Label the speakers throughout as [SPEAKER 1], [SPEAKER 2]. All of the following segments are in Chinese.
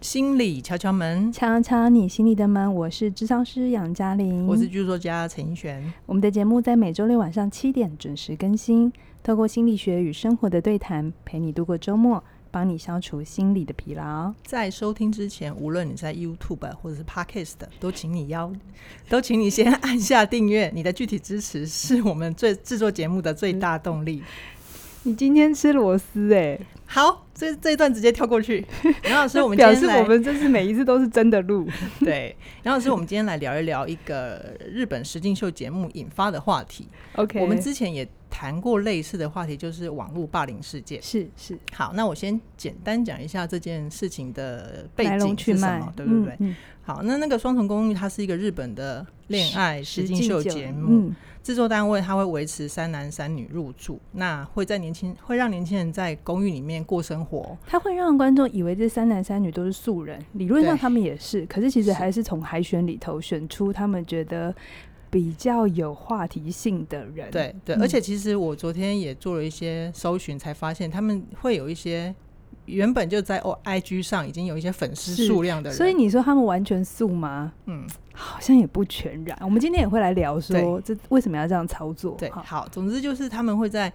[SPEAKER 1] 心理敲敲门，
[SPEAKER 2] 敲敲你心里的门，我是智商师杨嘉玲，
[SPEAKER 1] 我是剧作家陈奕璇。
[SPEAKER 2] 我们的节目在每周六晚上七点准时更新，透过心理学与生活的对谈，陪你度过周末，帮你消除心理的疲劳。
[SPEAKER 1] 在收听之前，无论你在 YouTube 或者是 Podcast，都请你邀，都请你先按下订阅。你的具体支持是我们最制作节目的最大动力。
[SPEAKER 2] 你今天吃螺丝哎、
[SPEAKER 1] 好，这这一段直接跳过 去。然后老师，我们今
[SPEAKER 2] 表
[SPEAKER 1] 天
[SPEAKER 2] 示
[SPEAKER 1] 来
[SPEAKER 2] 我们这次每一次都是真的 录。
[SPEAKER 1] 对，然后老师，我们今天来聊一聊一个日本实境秀节目引发的话题。
[SPEAKER 2] OK，
[SPEAKER 1] 我们之前也谈过类似的话题，就是网络霸凌事件。
[SPEAKER 2] 是是
[SPEAKER 1] 好，那我先简单讲一下这件事情的背
[SPEAKER 2] 来龙
[SPEAKER 1] 景
[SPEAKER 2] 去
[SPEAKER 1] 是什
[SPEAKER 2] 脉
[SPEAKER 1] 么，，对不对？
[SPEAKER 2] 嗯？嗯
[SPEAKER 1] 好，那那个《双重公寓》它是一个日本的恋爱实境秀节目，
[SPEAKER 2] 嗯，
[SPEAKER 1] 制、作单位它会维持三男三女入住，那会在年轻会让年轻人在公寓里面过生活。
[SPEAKER 2] 它会让观众以为这三男三女都是素人，理论上
[SPEAKER 1] 对
[SPEAKER 2] 他们也是，可是其实
[SPEAKER 1] 是
[SPEAKER 2] 还是从海选里头选出他们觉得比较有话题性的人。，
[SPEAKER 1] 对对，
[SPEAKER 2] 嗯
[SPEAKER 1] 而且其实我昨天也做了一些搜寻，才发现他们会有一些原本就在哦 IG 上已经有一些粉丝
[SPEAKER 2] 是
[SPEAKER 1] 数量的人，
[SPEAKER 2] 所以你说他们完全素吗？
[SPEAKER 1] 嗯，
[SPEAKER 2] 好像也不全然。我们今天也会来聊说，这为什么要这样操作？
[SPEAKER 1] 对，
[SPEAKER 2] 哈
[SPEAKER 1] 好，总之就是他们会在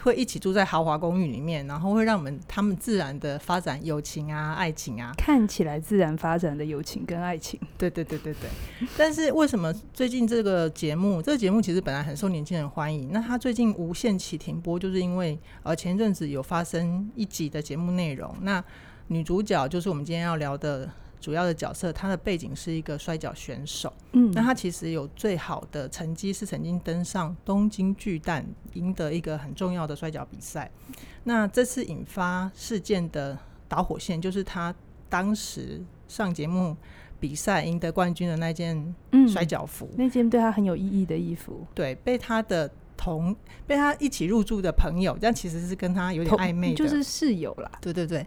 [SPEAKER 1] 会一起住在豪华公寓里面，然后会让我们他们自然的发展友情啊、爱情啊。
[SPEAKER 2] 看起来自然发展的友情跟爱情，
[SPEAKER 1] 对对对对对。但是为什么最近这个节目，这个节目其实本来很受年轻人欢迎，那它最近无限期停播，就是因为呃前一阵子有发生一集的节目内容，那女主角就是我们今天要聊的。主要的角色，她的背景是一个摔跤选手，
[SPEAKER 2] 嗯，
[SPEAKER 1] 那她其实有最好的成绩，是曾经登上东京巨蛋，赢得一个很重要的摔跤比赛。那这次引发事件的导火线，就是她当时上节目比赛赢得冠军的那件
[SPEAKER 2] 嗯
[SPEAKER 1] 摔跤服，
[SPEAKER 2] 那件对他很有意义的衣服，
[SPEAKER 1] 对，被她的同被她一起入住的朋友，但其实是跟她有点
[SPEAKER 2] 同
[SPEAKER 1] 暧昧的，
[SPEAKER 2] 就是室友啦，
[SPEAKER 1] 对对对。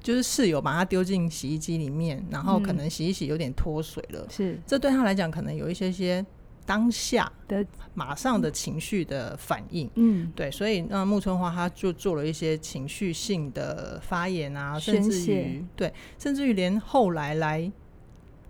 [SPEAKER 1] 就是室友把她丢进洗衣机里面，然后可
[SPEAKER 2] 嗯
[SPEAKER 1] 能洗一洗有点脱水了，
[SPEAKER 2] 是
[SPEAKER 1] 这对她来讲可能有一些些当下
[SPEAKER 2] 的，
[SPEAKER 1] 马上的情绪的反应。
[SPEAKER 2] 嗯，
[SPEAKER 1] 对，所以那木村花她就做了一些情绪性的发言啊，甚
[SPEAKER 2] 宣
[SPEAKER 1] 至
[SPEAKER 2] 泄
[SPEAKER 1] 于对，甚至于连后来来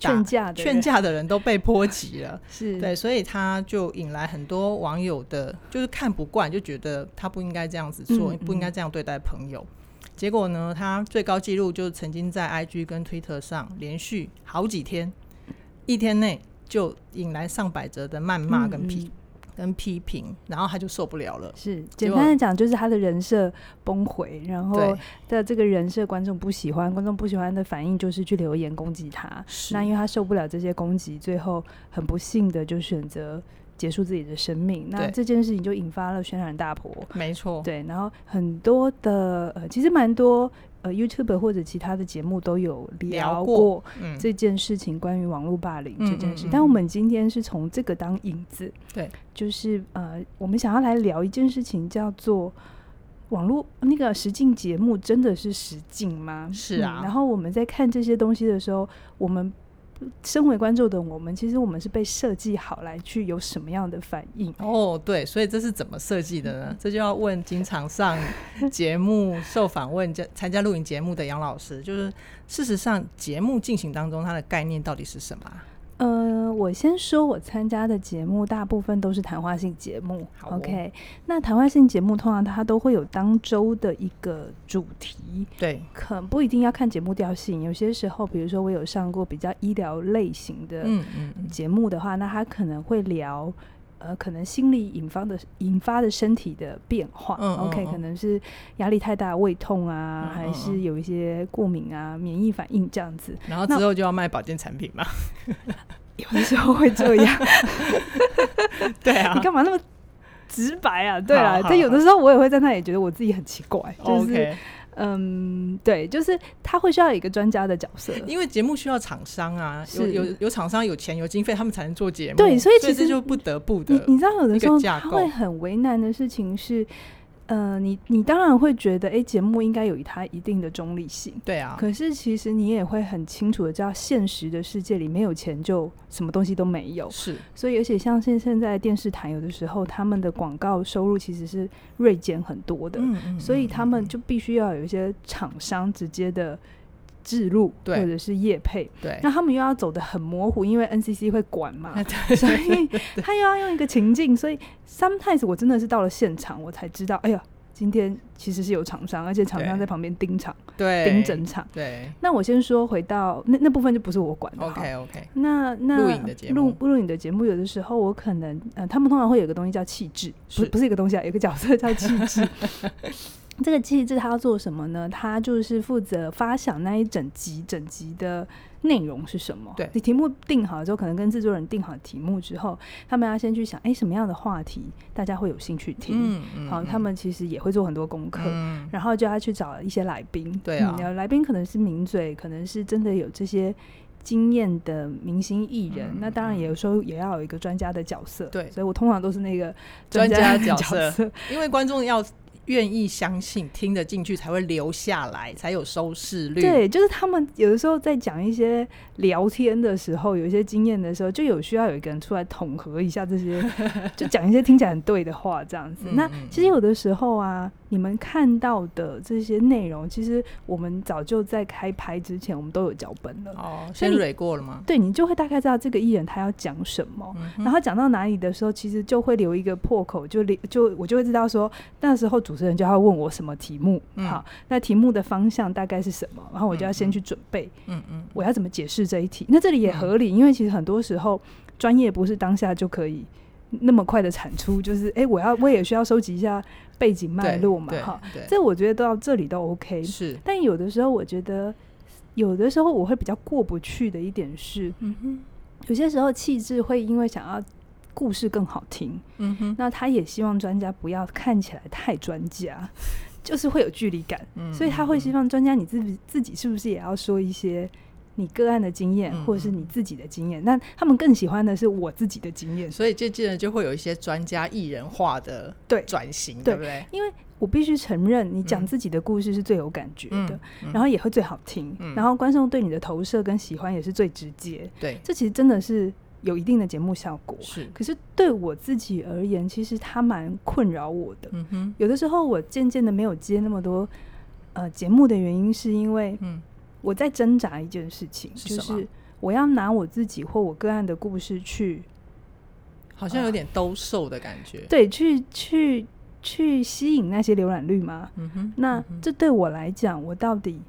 [SPEAKER 1] 打
[SPEAKER 2] 劝架的人
[SPEAKER 1] 劝架的人都被波及了。
[SPEAKER 2] 是，
[SPEAKER 1] 对，所以她就引来很多网友的，就是看不惯，就觉得她不应该这样子做，
[SPEAKER 2] 嗯
[SPEAKER 1] 不应该这样对待朋友。结果呢，她最高纪录就曾经在 IG 跟 Twitter 上连续好几天，一天内就引来上百则的谩骂跟批、
[SPEAKER 2] 嗯
[SPEAKER 1] 跟批评，然后她就受不了了。
[SPEAKER 2] 是，
[SPEAKER 1] 结
[SPEAKER 2] 简
[SPEAKER 1] 果
[SPEAKER 2] 单的讲，就是他的人设崩毁，然后
[SPEAKER 1] 对，
[SPEAKER 2] 的这个人设观众不喜欢，观众不喜欢的反应就是去留言攻击他。
[SPEAKER 1] 是
[SPEAKER 2] 那因为他受不了这些攻击，最后很不幸的就选择结束自己的生命。那
[SPEAKER 1] 对哦
[SPEAKER 2] 这件事情就引发了轩然大波。
[SPEAKER 1] 没错，
[SPEAKER 2] 对，然后很多的呃，其实蛮多呃 YouTube 或者其他的节目都有
[SPEAKER 1] 聊过
[SPEAKER 2] 过
[SPEAKER 1] 嗯，
[SPEAKER 2] 这件事情，关于网络霸凌这件
[SPEAKER 1] 嗯
[SPEAKER 2] 事，
[SPEAKER 1] 嗯嗯
[SPEAKER 2] 但我们今天是从这个当引子，
[SPEAKER 1] 对，
[SPEAKER 2] 就是呃，我们想要来聊一件事情，叫做网络那个实境节目真的是实境吗？
[SPEAKER 1] 是啊
[SPEAKER 2] 嗯然后我们在看这些东西的时候，我们。身为观众的我们，其实我们是被设计好来去有什么样的反应？
[SPEAKER 1] 哦，对，所以这是怎么设计的 呢？这就要问经常上节目、受访问、加参加录影节目的杨老师，就是事实上节目进行当中，它的概念到底是什么啊？
[SPEAKER 2] 呃，我先说，我参加的节目大部分都是谈话性节目。
[SPEAKER 1] 好哦
[SPEAKER 2] OK，那谈话性节目通常它都会有当周的一个主题，
[SPEAKER 1] 对，
[SPEAKER 2] 可能不一定要看节目调性。有些时候，比如说我有上过比较医疗类型的
[SPEAKER 1] 嗯嗯嗯，
[SPEAKER 2] 节目的话，那它可能会聊。呃，可能心理引发的引发的身体的变化、
[SPEAKER 1] 嗯嗯
[SPEAKER 2] o k
[SPEAKER 1] 嗯
[SPEAKER 2] 可能是压力太大、胃痛
[SPEAKER 1] 嗯嗯
[SPEAKER 2] 啊，还
[SPEAKER 1] 嗯
[SPEAKER 2] 是有一些过敏啊、免疫反应这样子。
[SPEAKER 1] 然后之
[SPEAKER 2] 那
[SPEAKER 1] 后就要卖保健产 品嘛？
[SPEAKER 2] 有的时候会这样，
[SPEAKER 1] 对啊
[SPEAKER 2] 你，干嘛那么直白啊？对
[SPEAKER 1] 好
[SPEAKER 2] 啊，
[SPEAKER 1] 好哦
[SPEAKER 2] 但有的时候我也会在那里觉得我自己很奇怪，就是
[SPEAKER 1] OK，
[SPEAKER 2] 嗯，对，就是他会需要有一个专家的角色。
[SPEAKER 1] 因为节目需要厂商啊，有
[SPEAKER 2] 是
[SPEAKER 1] 有有厂商有钱有经费，他们才能做节目。
[SPEAKER 2] 对所以其
[SPEAKER 1] 这
[SPEAKER 2] 实嗯
[SPEAKER 1] 就不得不
[SPEAKER 2] 你
[SPEAKER 1] 的，
[SPEAKER 2] 你知道，有的时候
[SPEAKER 1] 一个架
[SPEAKER 2] 他
[SPEAKER 1] 构
[SPEAKER 2] 会很为难的事情是，呃，你你当然会觉得，哎、节目应该有它一定的中立性。
[SPEAKER 1] 对啊，
[SPEAKER 2] 可是其实你也会很清楚的知道，现实的世界里没有钱就什么东西都没有。
[SPEAKER 1] 是
[SPEAKER 2] 所以，而且像现现在电视台有的时候，他们的广告收入其实是锐减很多的。
[SPEAKER 1] 嗯嗯
[SPEAKER 2] 所以他们
[SPEAKER 1] 嗯
[SPEAKER 2] 就必须要有一些厂商直接的置入或
[SPEAKER 1] 对
[SPEAKER 2] 者是业配，
[SPEAKER 1] 对，
[SPEAKER 2] 那他们又要走的很模糊，因为 NCC 会管 嘛，
[SPEAKER 1] 对
[SPEAKER 2] 所以他又要用一个情境，所以 sometimes 我真的是到了现场，我才知道，哎呀，今天其实是有厂商，而且厂商
[SPEAKER 1] 对
[SPEAKER 2] 在旁边盯场、
[SPEAKER 1] 对
[SPEAKER 2] 盯整场。
[SPEAKER 1] 对
[SPEAKER 2] 那我先说回到那那部分就不是我管的哈。
[SPEAKER 1] ，OK OK，
[SPEAKER 2] 那那
[SPEAKER 1] 录影的节目
[SPEAKER 2] 录录影的节目，有的时候我可能呃，他们通常会有个东西叫气质，不
[SPEAKER 1] 是
[SPEAKER 2] 不是一个东西啊，有一个角色叫气 质。这个气质他要做什么呢？他就是负责发想那一整集整集的内容是什么。
[SPEAKER 1] 对
[SPEAKER 2] 你题目定好之后，可能跟制作人定好题目之后，他们要先去想，哎，什么样的话题大家会有兴趣听？
[SPEAKER 1] 嗯嗯
[SPEAKER 2] 好，
[SPEAKER 1] 嗯
[SPEAKER 2] 他们其实也会做很多功课。
[SPEAKER 1] 嗯
[SPEAKER 2] 然后就要去找一些来宾，
[SPEAKER 1] 对啊
[SPEAKER 2] 嗯然后来宾可能是名嘴，可能是真的有这些经验的明星艺人，
[SPEAKER 1] 嗯
[SPEAKER 2] 那当然也有时候也要有一个专家的角色，
[SPEAKER 1] 对
[SPEAKER 2] 所以我通常都是那个
[SPEAKER 1] 专
[SPEAKER 2] 家
[SPEAKER 1] 家角
[SPEAKER 2] 色，
[SPEAKER 1] 色因为观众要愿意相信、听得进去，才会留下来，才有收视率。
[SPEAKER 2] 对，就是他们有的时候在讲一些聊天的时候，有一些经验的时候，就有需要有一个人出来统合一下这 些，就讲一些听起来很对的话，这样子。
[SPEAKER 1] 嗯
[SPEAKER 2] 那
[SPEAKER 1] 嗯
[SPEAKER 2] 其实有的时候啊，你们看到的这些内容，其实我们早就在开拍之前，我们都有脚本了。
[SPEAKER 1] 哦，
[SPEAKER 2] 所以
[SPEAKER 1] 先
[SPEAKER 2] 你
[SPEAKER 1] 蕊过了吗？
[SPEAKER 2] 对你就会大概知道这个艺人他要讲什么。
[SPEAKER 1] 嗯
[SPEAKER 2] 然后讲到哪里的时候，其实就会留一个破口，就留就我就会知道说，那时候主持人就要问我什么题目，
[SPEAKER 1] 嗯
[SPEAKER 2] 好，那题目的方向大概是什么，然后我就要
[SPEAKER 1] 嗯
[SPEAKER 2] 先
[SPEAKER 1] 嗯
[SPEAKER 2] 去准备，
[SPEAKER 1] 嗯嗯，
[SPEAKER 2] 我要怎么解释这一题。那这里也合理，因为其实很多时候专业不是当下就可以那么快的产出，就是诶，我要我也需要收集一下背景脉
[SPEAKER 1] 对
[SPEAKER 2] 络嘛，
[SPEAKER 1] 对
[SPEAKER 2] 哈，
[SPEAKER 1] 对，
[SPEAKER 2] 这我觉得到这里都 OK，
[SPEAKER 1] 是，
[SPEAKER 2] 但有的时候我觉得。有的时候我会比较过不去的一点是，
[SPEAKER 1] 嗯哼，
[SPEAKER 2] 有些时候气质会因为想要故事更好听，
[SPEAKER 1] 嗯哼，
[SPEAKER 2] 那他也希望专家不要看起来太专家， 就是会有距离感，
[SPEAKER 1] 嗯
[SPEAKER 2] 所以他会希望专家你自己自己是不是也要说一些。你个案的经验，
[SPEAKER 1] 嗯
[SPEAKER 2] 或者是你自己的经验，那他们更喜欢的是我自己的经验。
[SPEAKER 1] 嗯所以渐渐的就会有一些专家艺人化的
[SPEAKER 2] 对
[SPEAKER 1] 转型，
[SPEAKER 2] 对
[SPEAKER 1] 不对？
[SPEAKER 2] 因为我必须承认，你讲
[SPEAKER 1] 嗯
[SPEAKER 2] 自己的故事是最有感觉的，
[SPEAKER 1] 嗯，
[SPEAKER 2] 然后也会最好听，
[SPEAKER 1] 嗯
[SPEAKER 2] 然后观众对你的投射跟喜欢也是最直接。
[SPEAKER 1] 对，
[SPEAKER 2] 这其实真的是有一定的节目效果。
[SPEAKER 1] 是，
[SPEAKER 2] 可是对我自己而言，其实它蛮困扰我的。
[SPEAKER 1] 嗯哼，
[SPEAKER 2] 有的时候我渐渐的没有接那么多呃节目的原因，是因为
[SPEAKER 1] 嗯
[SPEAKER 2] 我在挣扎一件事情，
[SPEAKER 1] 是
[SPEAKER 2] 就
[SPEAKER 1] 什么
[SPEAKER 2] 是我要拿我自己或我个案的故事去
[SPEAKER 1] 好像有点兜售的感觉。
[SPEAKER 2] 对去去去吸引那些浏览率吗？
[SPEAKER 1] 嗯哼，
[SPEAKER 2] 那
[SPEAKER 1] 嗯哼
[SPEAKER 2] 这对我来讲，我到底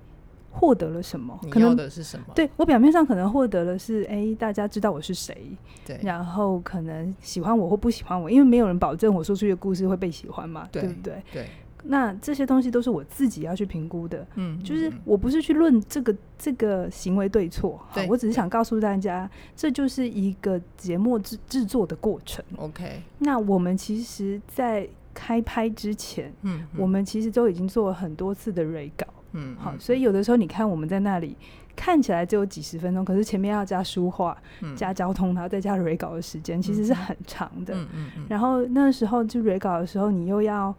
[SPEAKER 2] 获得了什么？可
[SPEAKER 1] 你要
[SPEAKER 2] 能
[SPEAKER 1] 的是什么？
[SPEAKER 2] 对我表面上可能获得的是，哎，大家知道我是谁，
[SPEAKER 1] 对，
[SPEAKER 2] 然后可能喜欢我或不喜欢我，因为没有人保证我说出去的故事会被喜欢嘛，对
[SPEAKER 1] 对
[SPEAKER 2] 不对？
[SPEAKER 1] 对，
[SPEAKER 2] 那这些东西都是我自己要去评估的，
[SPEAKER 1] 嗯，
[SPEAKER 2] 就是
[SPEAKER 1] 嗯
[SPEAKER 2] 我不是去论这个这个行为对错，好
[SPEAKER 1] 对
[SPEAKER 2] 我只是想告诉大家，这就是一个节目制制作的过程。
[SPEAKER 1] 嗯 OK，
[SPEAKER 2] 那我们其实，在开拍之前，
[SPEAKER 1] 嗯，
[SPEAKER 2] 我们其实都已经做了很多次的 re 稿，
[SPEAKER 1] 嗯，嗯
[SPEAKER 2] 好，所以有的时候你看我们在那里看起来只有几十分钟，可是前面要加书画、
[SPEAKER 1] 嗯
[SPEAKER 2] 加交通，然后再加 re 稿的时间，其实是
[SPEAKER 1] 嗯哼
[SPEAKER 2] 很长的。
[SPEAKER 1] 嗯嗯嗯，
[SPEAKER 2] 然后那时候就 re 稿的时候，你又要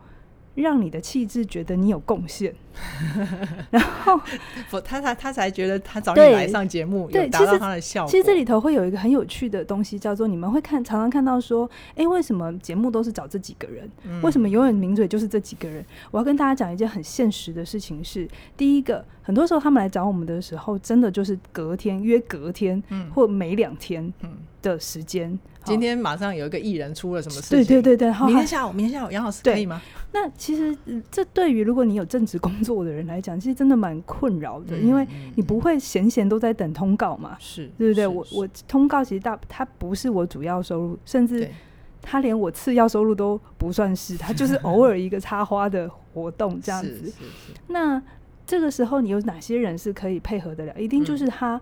[SPEAKER 2] 让你的气质觉得你有贡献，然后
[SPEAKER 1] 不，他才他才觉得他找你
[SPEAKER 2] 对
[SPEAKER 1] 来上节目有
[SPEAKER 2] 对
[SPEAKER 1] 达
[SPEAKER 2] 其
[SPEAKER 1] 到
[SPEAKER 2] 实
[SPEAKER 1] 他的效果。
[SPEAKER 2] 其实这里头会有一个很有趣的东西，叫做你们会看常常看到说，诶，为什么节目都是找这几个人？
[SPEAKER 1] 嗯
[SPEAKER 2] 为什么永远名嘴就是这几个人？我要跟大家讲一件很现实的事情是，第一个，很多时候他们来找我们的时候，真的就是隔天约隔天
[SPEAKER 1] 嗯
[SPEAKER 2] 或每两天
[SPEAKER 1] 嗯，
[SPEAKER 2] 的时间。
[SPEAKER 1] 今天马上有一个艺人出了什么事
[SPEAKER 2] 对
[SPEAKER 1] 情？
[SPEAKER 2] 对对对，然后
[SPEAKER 1] 明
[SPEAKER 2] 还
[SPEAKER 1] 天下午，明天下午，杨老师
[SPEAKER 2] 对
[SPEAKER 1] 可以吗？
[SPEAKER 2] 那其实嗯这对于如果你有正职工作的人来讲，其实真的蛮困扰的，
[SPEAKER 1] 嗯
[SPEAKER 2] 因为
[SPEAKER 1] 嗯
[SPEAKER 2] 你不会闲闲都在等通告嘛，
[SPEAKER 1] 是，
[SPEAKER 2] 对不对？
[SPEAKER 1] 是
[SPEAKER 2] 我
[SPEAKER 1] 是
[SPEAKER 2] 我通告其实大它不是我主要收入，甚至
[SPEAKER 1] 对
[SPEAKER 2] 它连我次要收入都不 算是，它就是偶尔一个插花的活动这样
[SPEAKER 1] 是
[SPEAKER 2] 子。
[SPEAKER 1] 是是
[SPEAKER 2] 那这个时候你有哪些人是可以配合得了？一定就
[SPEAKER 1] 嗯
[SPEAKER 2] 是他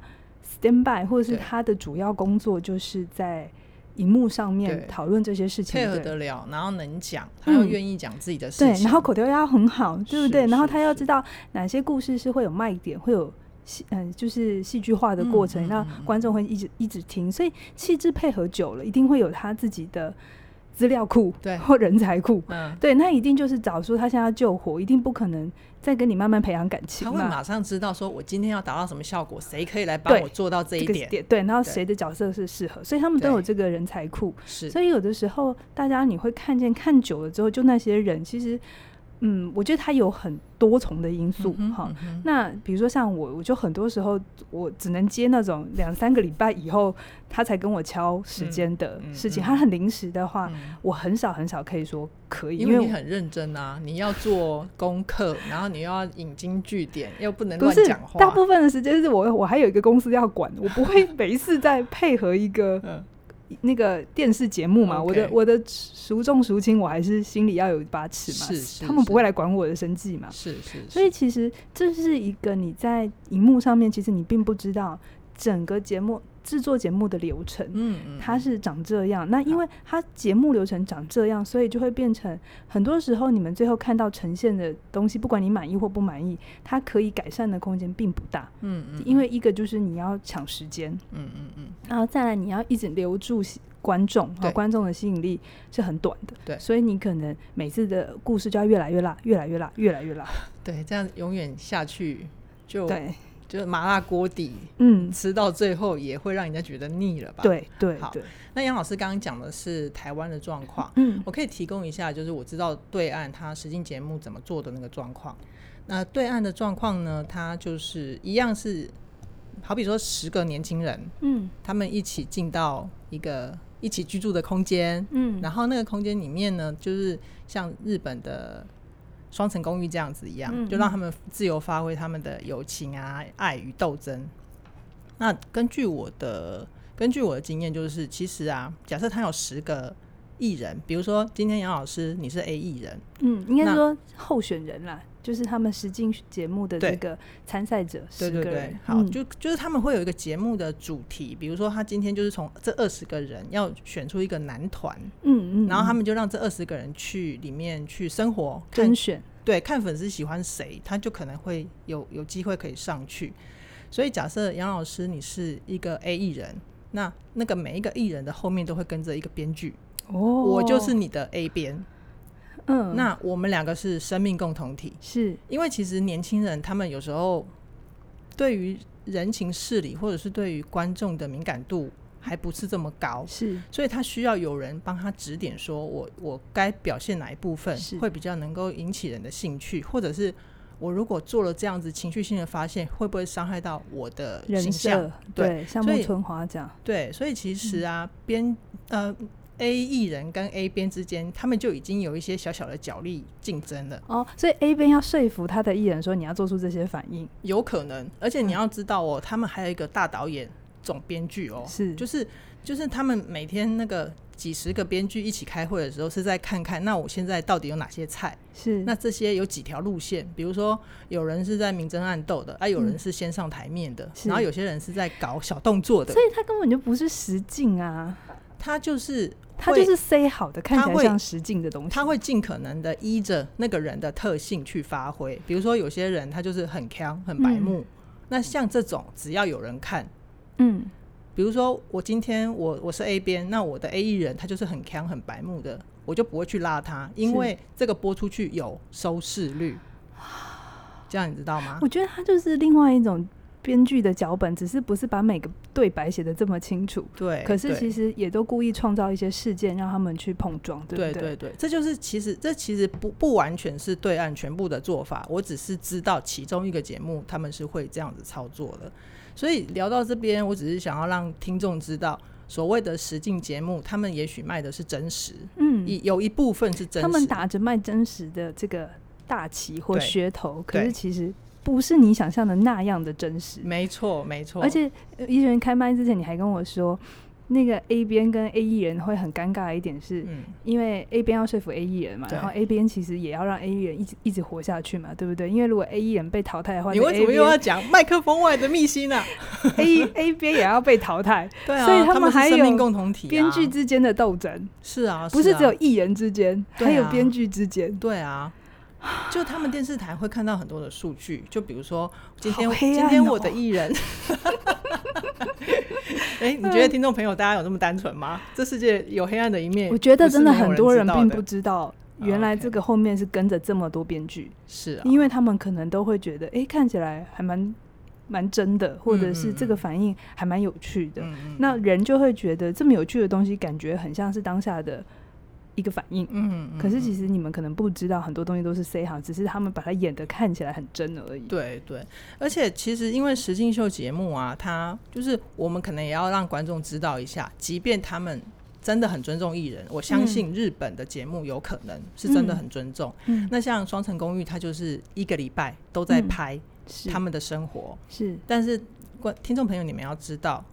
[SPEAKER 2] stand by，、或者是
[SPEAKER 1] 对
[SPEAKER 2] 他的主要工作就是在荧幕上面
[SPEAKER 1] 对
[SPEAKER 2] 讨论这些事情
[SPEAKER 1] 配
[SPEAKER 2] 的
[SPEAKER 1] 合
[SPEAKER 2] 人
[SPEAKER 1] 得了，然后能讲，他又
[SPEAKER 2] 嗯
[SPEAKER 1] 愿意讲自己的事
[SPEAKER 2] 对，
[SPEAKER 1] 情，嗯
[SPEAKER 2] 然后口条要很好，对不
[SPEAKER 1] 是
[SPEAKER 2] 对？然后
[SPEAKER 1] 是
[SPEAKER 2] 他要
[SPEAKER 1] 是
[SPEAKER 2] 知道哪些故事是会有卖点，会有戏，嗯、就是戏剧化的过程，
[SPEAKER 1] 嗯嗯
[SPEAKER 2] 让
[SPEAKER 1] 嗯
[SPEAKER 2] 观众会一直一直听。所以气质配合久了，一定会有他自己的资料库，
[SPEAKER 1] 对
[SPEAKER 2] 或人才库。
[SPEAKER 1] 嗯，
[SPEAKER 2] 对，那一定就是找出他现在要救火，一定不可能再跟你慢慢培养感情
[SPEAKER 1] 他会
[SPEAKER 2] 嘛。
[SPEAKER 1] 马上知道说我今天要达到什么效果，谁可以来
[SPEAKER 2] 对
[SPEAKER 1] 帮我做到这
[SPEAKER 2] 这
[SPEAKER 1] 一
[SPEAKER 2] 个
[SPEAKER 1] 点？
[SPEAKER 2] 点对，然后
[SPEAKER 1] 对
[SPEAKER 2] 谁的角色是适合，所以他们都
[SPEAKER 1] 对
[SPEAKER 2] 有这个人才库。
[SPEAKER 1] 是
[SPEAKER 2] 所以有的时候大家你会看见看久了之后，就那些人其实嗯，我觉得它有很多重的因素
[SPEAKER 1] 嗯哼
[SPEAKER 2] 哈。
[SPEAKER 1] 嗯哼
[SPEAKER 2] 那比如说像我，我就很多时候我只能接那种两三个礼拜以后他才跟我敲时间的
[SPEAKER 1] 嗯嗯
[SPEAKER 2] 事情，
[SPEAKER 1] 嗯
[SPEAKER 2] 他很临时的话，
[SPEAKER 1] 嗯
[SPEAKER 2] 我很少很少可以说可以，
[SPEAKER 1] 因
[SPEAKER 2] 因
[SPEAKER 1] 为
[SPEAKER 2] 为
[SPEAKER 1] 你很认真啊，你要做功课，然后你又要引经据典，又不能
[SPEAKER 2] 不
[SPEAKER 1] 乱
[SPEAKER 2] 是
[SPEAKER 1] 讲话。
[SPEAKER 2] 大部分的时间是我我还有一个公司要管，我不会每一次再配合一个
[SPEAKER 1] 嗯
[SPEAKER 2] 那个电视节目嘛。我的
[SPEAKER 1] OK
[SPEAKER 2] 我的孰重孰轻，我还是心里要有一把尺嘛。
[SPEAKER 1] 是是
[SPEAKER 2] 他们
[SPEAKER 1] 是
[SPEAKER 2] 不会来管我的生计嘛。
[SPEAKER 1] 是是是，
[SPEAKER 2] 所以其实这是一个你在荧幕上面，其实你并不知道整个节目制作节目的流程。
[SPEAKER 1] 嗯嗯，
[SPEAKER 2] 它是长这样，那因为它节目流程长这样，所以就会变成很多时候你们最后看到呈现的东西，不管你满意或不满意，它可以改善的空间并不大。
[SPEAKER 1] 嗯嗯，
[SPEAKER 2] 因为一个就是你要抢时间，
[SPEAKER 1] 嗯嗯嗯
[SPEAKER 2] 然后再来你要一直留住吸观众，
[SPEAKER 1] 对
[SPEAKER 2] 好，观众的吸引力是很短的，
[SPEAKER 1] 对
[SPEAKER 2] 所以你可能每次的故事就要越来越辣，越来越辣，越来越辣，
[SPEAKER 1] 嗯，对，这样永远下去就
[SPEAKER 2] 对，
[SPEAKER 1] 就麻辣锅底
[SPEAKER 2] 嗯，
[SPEAKER 1] 吃到最后也会让人家觉得腻了吧？。
[SPEAKER 2] 对对
[SPEAKER 1] 好
[SPEAKER 2] 对，
[SPEAKER 1] 那杨老师刚刚讲的是台湾的状况，
[SPEAKER 2] 嗯，
[SPEAKER 1] 我可以提供一下，就是我知道对岸它实境节目怎么做的那个状况。那对岸的状况呢，它就是一样是，好比说十个年轻人，
[SPEAKER 2] 嗯
[SPEAKER 1] 他们一起进到一个一起居住的空间，
[SPEAKER 2] 嗯，
[SPEAKER 1] 然后那个空间里面呢，就是像日本的双层公寓这样子一样，
[SPEAKER 2] 嗯
[SPEAKER 1] 就让他们自由发挥他们的友情啊、爱与斗争。那根据我的根据我的经验，就是其实啊，假设他有十个艺人，比如说今天杨老师你是 A 艺人，
[SPEAKER 2] 嗯，应该
[SPEAKER 1] 那
[SPEAKER 2] 说候选人啦，就是他们实境节目的
[SPEAKER 1] 对
[SPEAKER 2] 这个参赛者
[SPEAKER 1] 对
[SPEAKER 2] 十
[SPEAKER 1] 对
[SPEAKER 2] 个
[SPEAKER 1] 对
[SPEAKER 2] 人，，
[SPEAKER 1] 好，
[SPEAKER 2] 嗯
[SPEAKER 1] 就就是他们会有一个节目的主题，比如说他今天就是从这二十个人要选出一个男团，
[SPEAKER 2] 嗯嗯，
[SPEAKER 1] 然后他
[SPEAKER 2] 嗯
[SPEAKER 1] 们就让这二十个人去里面去生活，看
[SPEAKER 2] 甄选，
[SPEAKER 1] 对，看粉丝喜欢谁，他就可能会有有机会可以上去。所以假设杨老师你是一个 A 艺人，那那个每一个艺人的后面都会跟着一个编剧，
[SPEAKER 2] 哦，
[SPEAKER 1] 我就是你的 A 编，
[SPEAKER 2] 嗯，
[SPEAKER 1] 那我们两个是生命共同体。
[SPEAKER 2] 是
[SPEAKER 1] 因为其实年轻人他们有时候对于人情事理或者是对于观众的敏感度还不是这么高，
[SPEAKER 2] 是
[SPEAKER 1] 所以他需要有人帮他指点，说我我该表现哪一部分
[SPEAKER 2] 是
[SPEAKER 1] 会比较能够引起人的兴趣，或者是我如果做了这样子情绪性的发现，会不会伤害到我的
[SPEAKER 2] 人
[SPEAKER 1] 形象
[SPEAKER 2] 设？，
[SPEAKER 1] 对
[SPEAKER 2] 对，像
[SPEAKER 1] 所
[SPEAKER 2] 木
[SPEAKER 1] 以
[SPEAKER 2] 村华这样，
[SPEAKER 1] 对，所以其实
[SPEAKER 2] 嗯
[SPEAKER 1] 啊，编呃 A 艺人跟 A 编之间，他们就已经有一些小小的角力竞争了，
[SPEAKER 2] 哦，所以 A 边要说服他的艺人说你要做出这些反应，
[SPEAKER 1] 有可能。而
[SPEAKER 2] 嗯
[SPEAKER 1] 且你要知道哦，他们还有一个大导演、总编剧哦，
[SPEAKER 2] 是
[SPEAKER 1] 就是就是他们每天那个几十个编剧一起开会的时候，是在看看那我现在到底有哪些菜，
[SPEAKER 2] 是
[SPEAKER 1] 那这些有几条路线，比如说有人是在明争暗斗的，啊，有人是先上台面的，
[SPEAKER 2] 嗯是
[SPEAKER 1] 然后有些人是在搞小动作的
[SPEAKER 2] 所，以他根本就不是实境啊，
[SPEAKER 1] 他就是
[SPEAKER 2] 他
[SPEAKER 1] 会
[SPEAKER 2] 就是 say 好的，看
[SPEAKER 1] 他
[SPEAKER 2] 起来
[SPEAKER 1] 会
[SPEAKER 2] 像实境的东西，
[SPEAKER 1] 他会尽可能的依着那个人的特性去发挥，比如说有些人他就是很强很白目，那像这种只要有人看。
[SPEAKER 2] 嗯
[SPEAKER 1] 比如说，我今天我我是 A 边，那我的 A 艺人他就是很强很白目的，我就不会去拉他，因为这个播出去有收视率，这样你知道吗？
[SPEAKER 2] 我觉得他就是另外一种编剧的脚本，只是不是把每个对白写的这么清楚。
[SPEAKER 1] 对，
[SPEAKER 2] 可是
[SPEAKER 1] 对
[SPEAKER 2] 其实也都故意创造一些事件让他们去碰撞，对不
[SPEAKER 1] 对对对，这就是其实这其实不不完全是对岸全部的做法，我只是知道其中一个节目他们是会这样子操作的。所以聊到这边，我只是想要让听众知道，所谓的实境节目，他们也许卖的是真实，
[SPEAKER 2] 嗯，
[SPEAKER 1] 一有一部分是真实，
[SPEAKER 2] 他们打着卖真实的这个大旗或
[SPEAKER 1] 对
[SPEAKER 2] 噱头，可是
[SPEAKER 1] 对
[SPEAKER 2] 其实不是你想象的那样的真实。
[SPEAKER 1] 没错没错，
[SPEAKER 2] 而且呃艺人开麦之前，你还跟我说，那个 A 边跟 A 艺人会很尴尬的一点是，
[SPEAKER 1] 嗯。
[SPEAKER 2] 因为 A 边要说服 A 艺人嘛，
[SPEAKER 1] 对
[SPEAKER 2] 然后 A 边其实也要让 A 艺人一直一直活下去嘛，对不对？因为如果 A 艺人被淘汰的话，
[SPEAKER 1] 你为什么又
[SPEAKER 2] 那
[SPEAKER 1] 要讲麦克风外的秘辛呢、啊？
[SPEAKER 2] A 边 A A 边也要被淘汰？
[SPEAKER 1] 对啊，
[SPEAKER 2] 所以他
[SPEAKER 1] 他
[SPEAKER 2] 们还
[SPEAKER 1] 是生
[SPEAKER 2] 有
[SPEAKER 1] 命共同体、啊，
[SPEAKER 2] 编剧之间的斗争，
[SPEAKER 1] 是啊，
[SPEAKER 2] 不是
[SPEAKER 1] 啊
[SPEAKER 2] 只有艺人之间，
[SPEAKER 1] 对啊
[SPEAKER 2] 还有编剧之间。
[SPEAKER 1] 对啊，就他们电视台会看到很多的数据，就比如说今天、
[SPEAKER 2] 好黑
[SPEAKER 1] 今
[SPEAKER 2] 暗
[SPEAKER 1] 天
[SPEAKER 2] 哦
[SPEAKER 1] 我的艺 人，哎、你觉得听众朋友大家有这么单纯吗？这世界有黑暗的一面，
[SPEAKER 2] 我觉得
[SPEAKER 1] 不是
[SPEAKER 2] 真的
[SPEAKER 1] 没有
[SPEAKER 2] 很多人
[SPEAKER 1] 知道
[SPEAKER 2] 并
[SPEAKER 1] 的
[SPEAKER 2] 不知道，
[SPEAKER 1] 哦
[SPEAKER 2] 原来
[SPEAKER 1] OK
[SPEAKER 2] 这个后面是跟着这么多编剧，
[SPEAKER 1] 是啊，
[SPEAKER 2] 因为他们可能都会觉得，诶，看起来还蛮蛮真的，或者是这个反应还蛮有趣的。
[SPEAKER 1] 嗯嗯嗯
[SPEAKER 2] 那人就会觉得这么有趣的东西，感觉很像是当下的一个反应。
[SPEAKER 1] 嗯，嗯
[SPEAKER 2] 可是
[SPEAKER 1] 嗯
[SPEAKER 2] 其实你们可能不知道，很多东西都是 say 好，只是他们把它演的看起来很真而已。
[SPEAKER 1] 对对，而且其实因为实境秀节目啊，它就是我们可能也要让观众知道一下，即便他们真的很尊重艺人，我相信日本的节目有可能是真的很尊重。
[SPEAKER 2] 嗯，
[SPEAKER 1] 那像《双城公寓》，它就是一个礼拜都在
[SPEAKER 2] 嗯
[SPEAKER 1] 拍
[SPEAKER 2] 是
[SPEAKER 1] 他们的生活，
[SPEAKER 2] 是
[SPEAKER 1] 但是观听众朋友，你们要知道。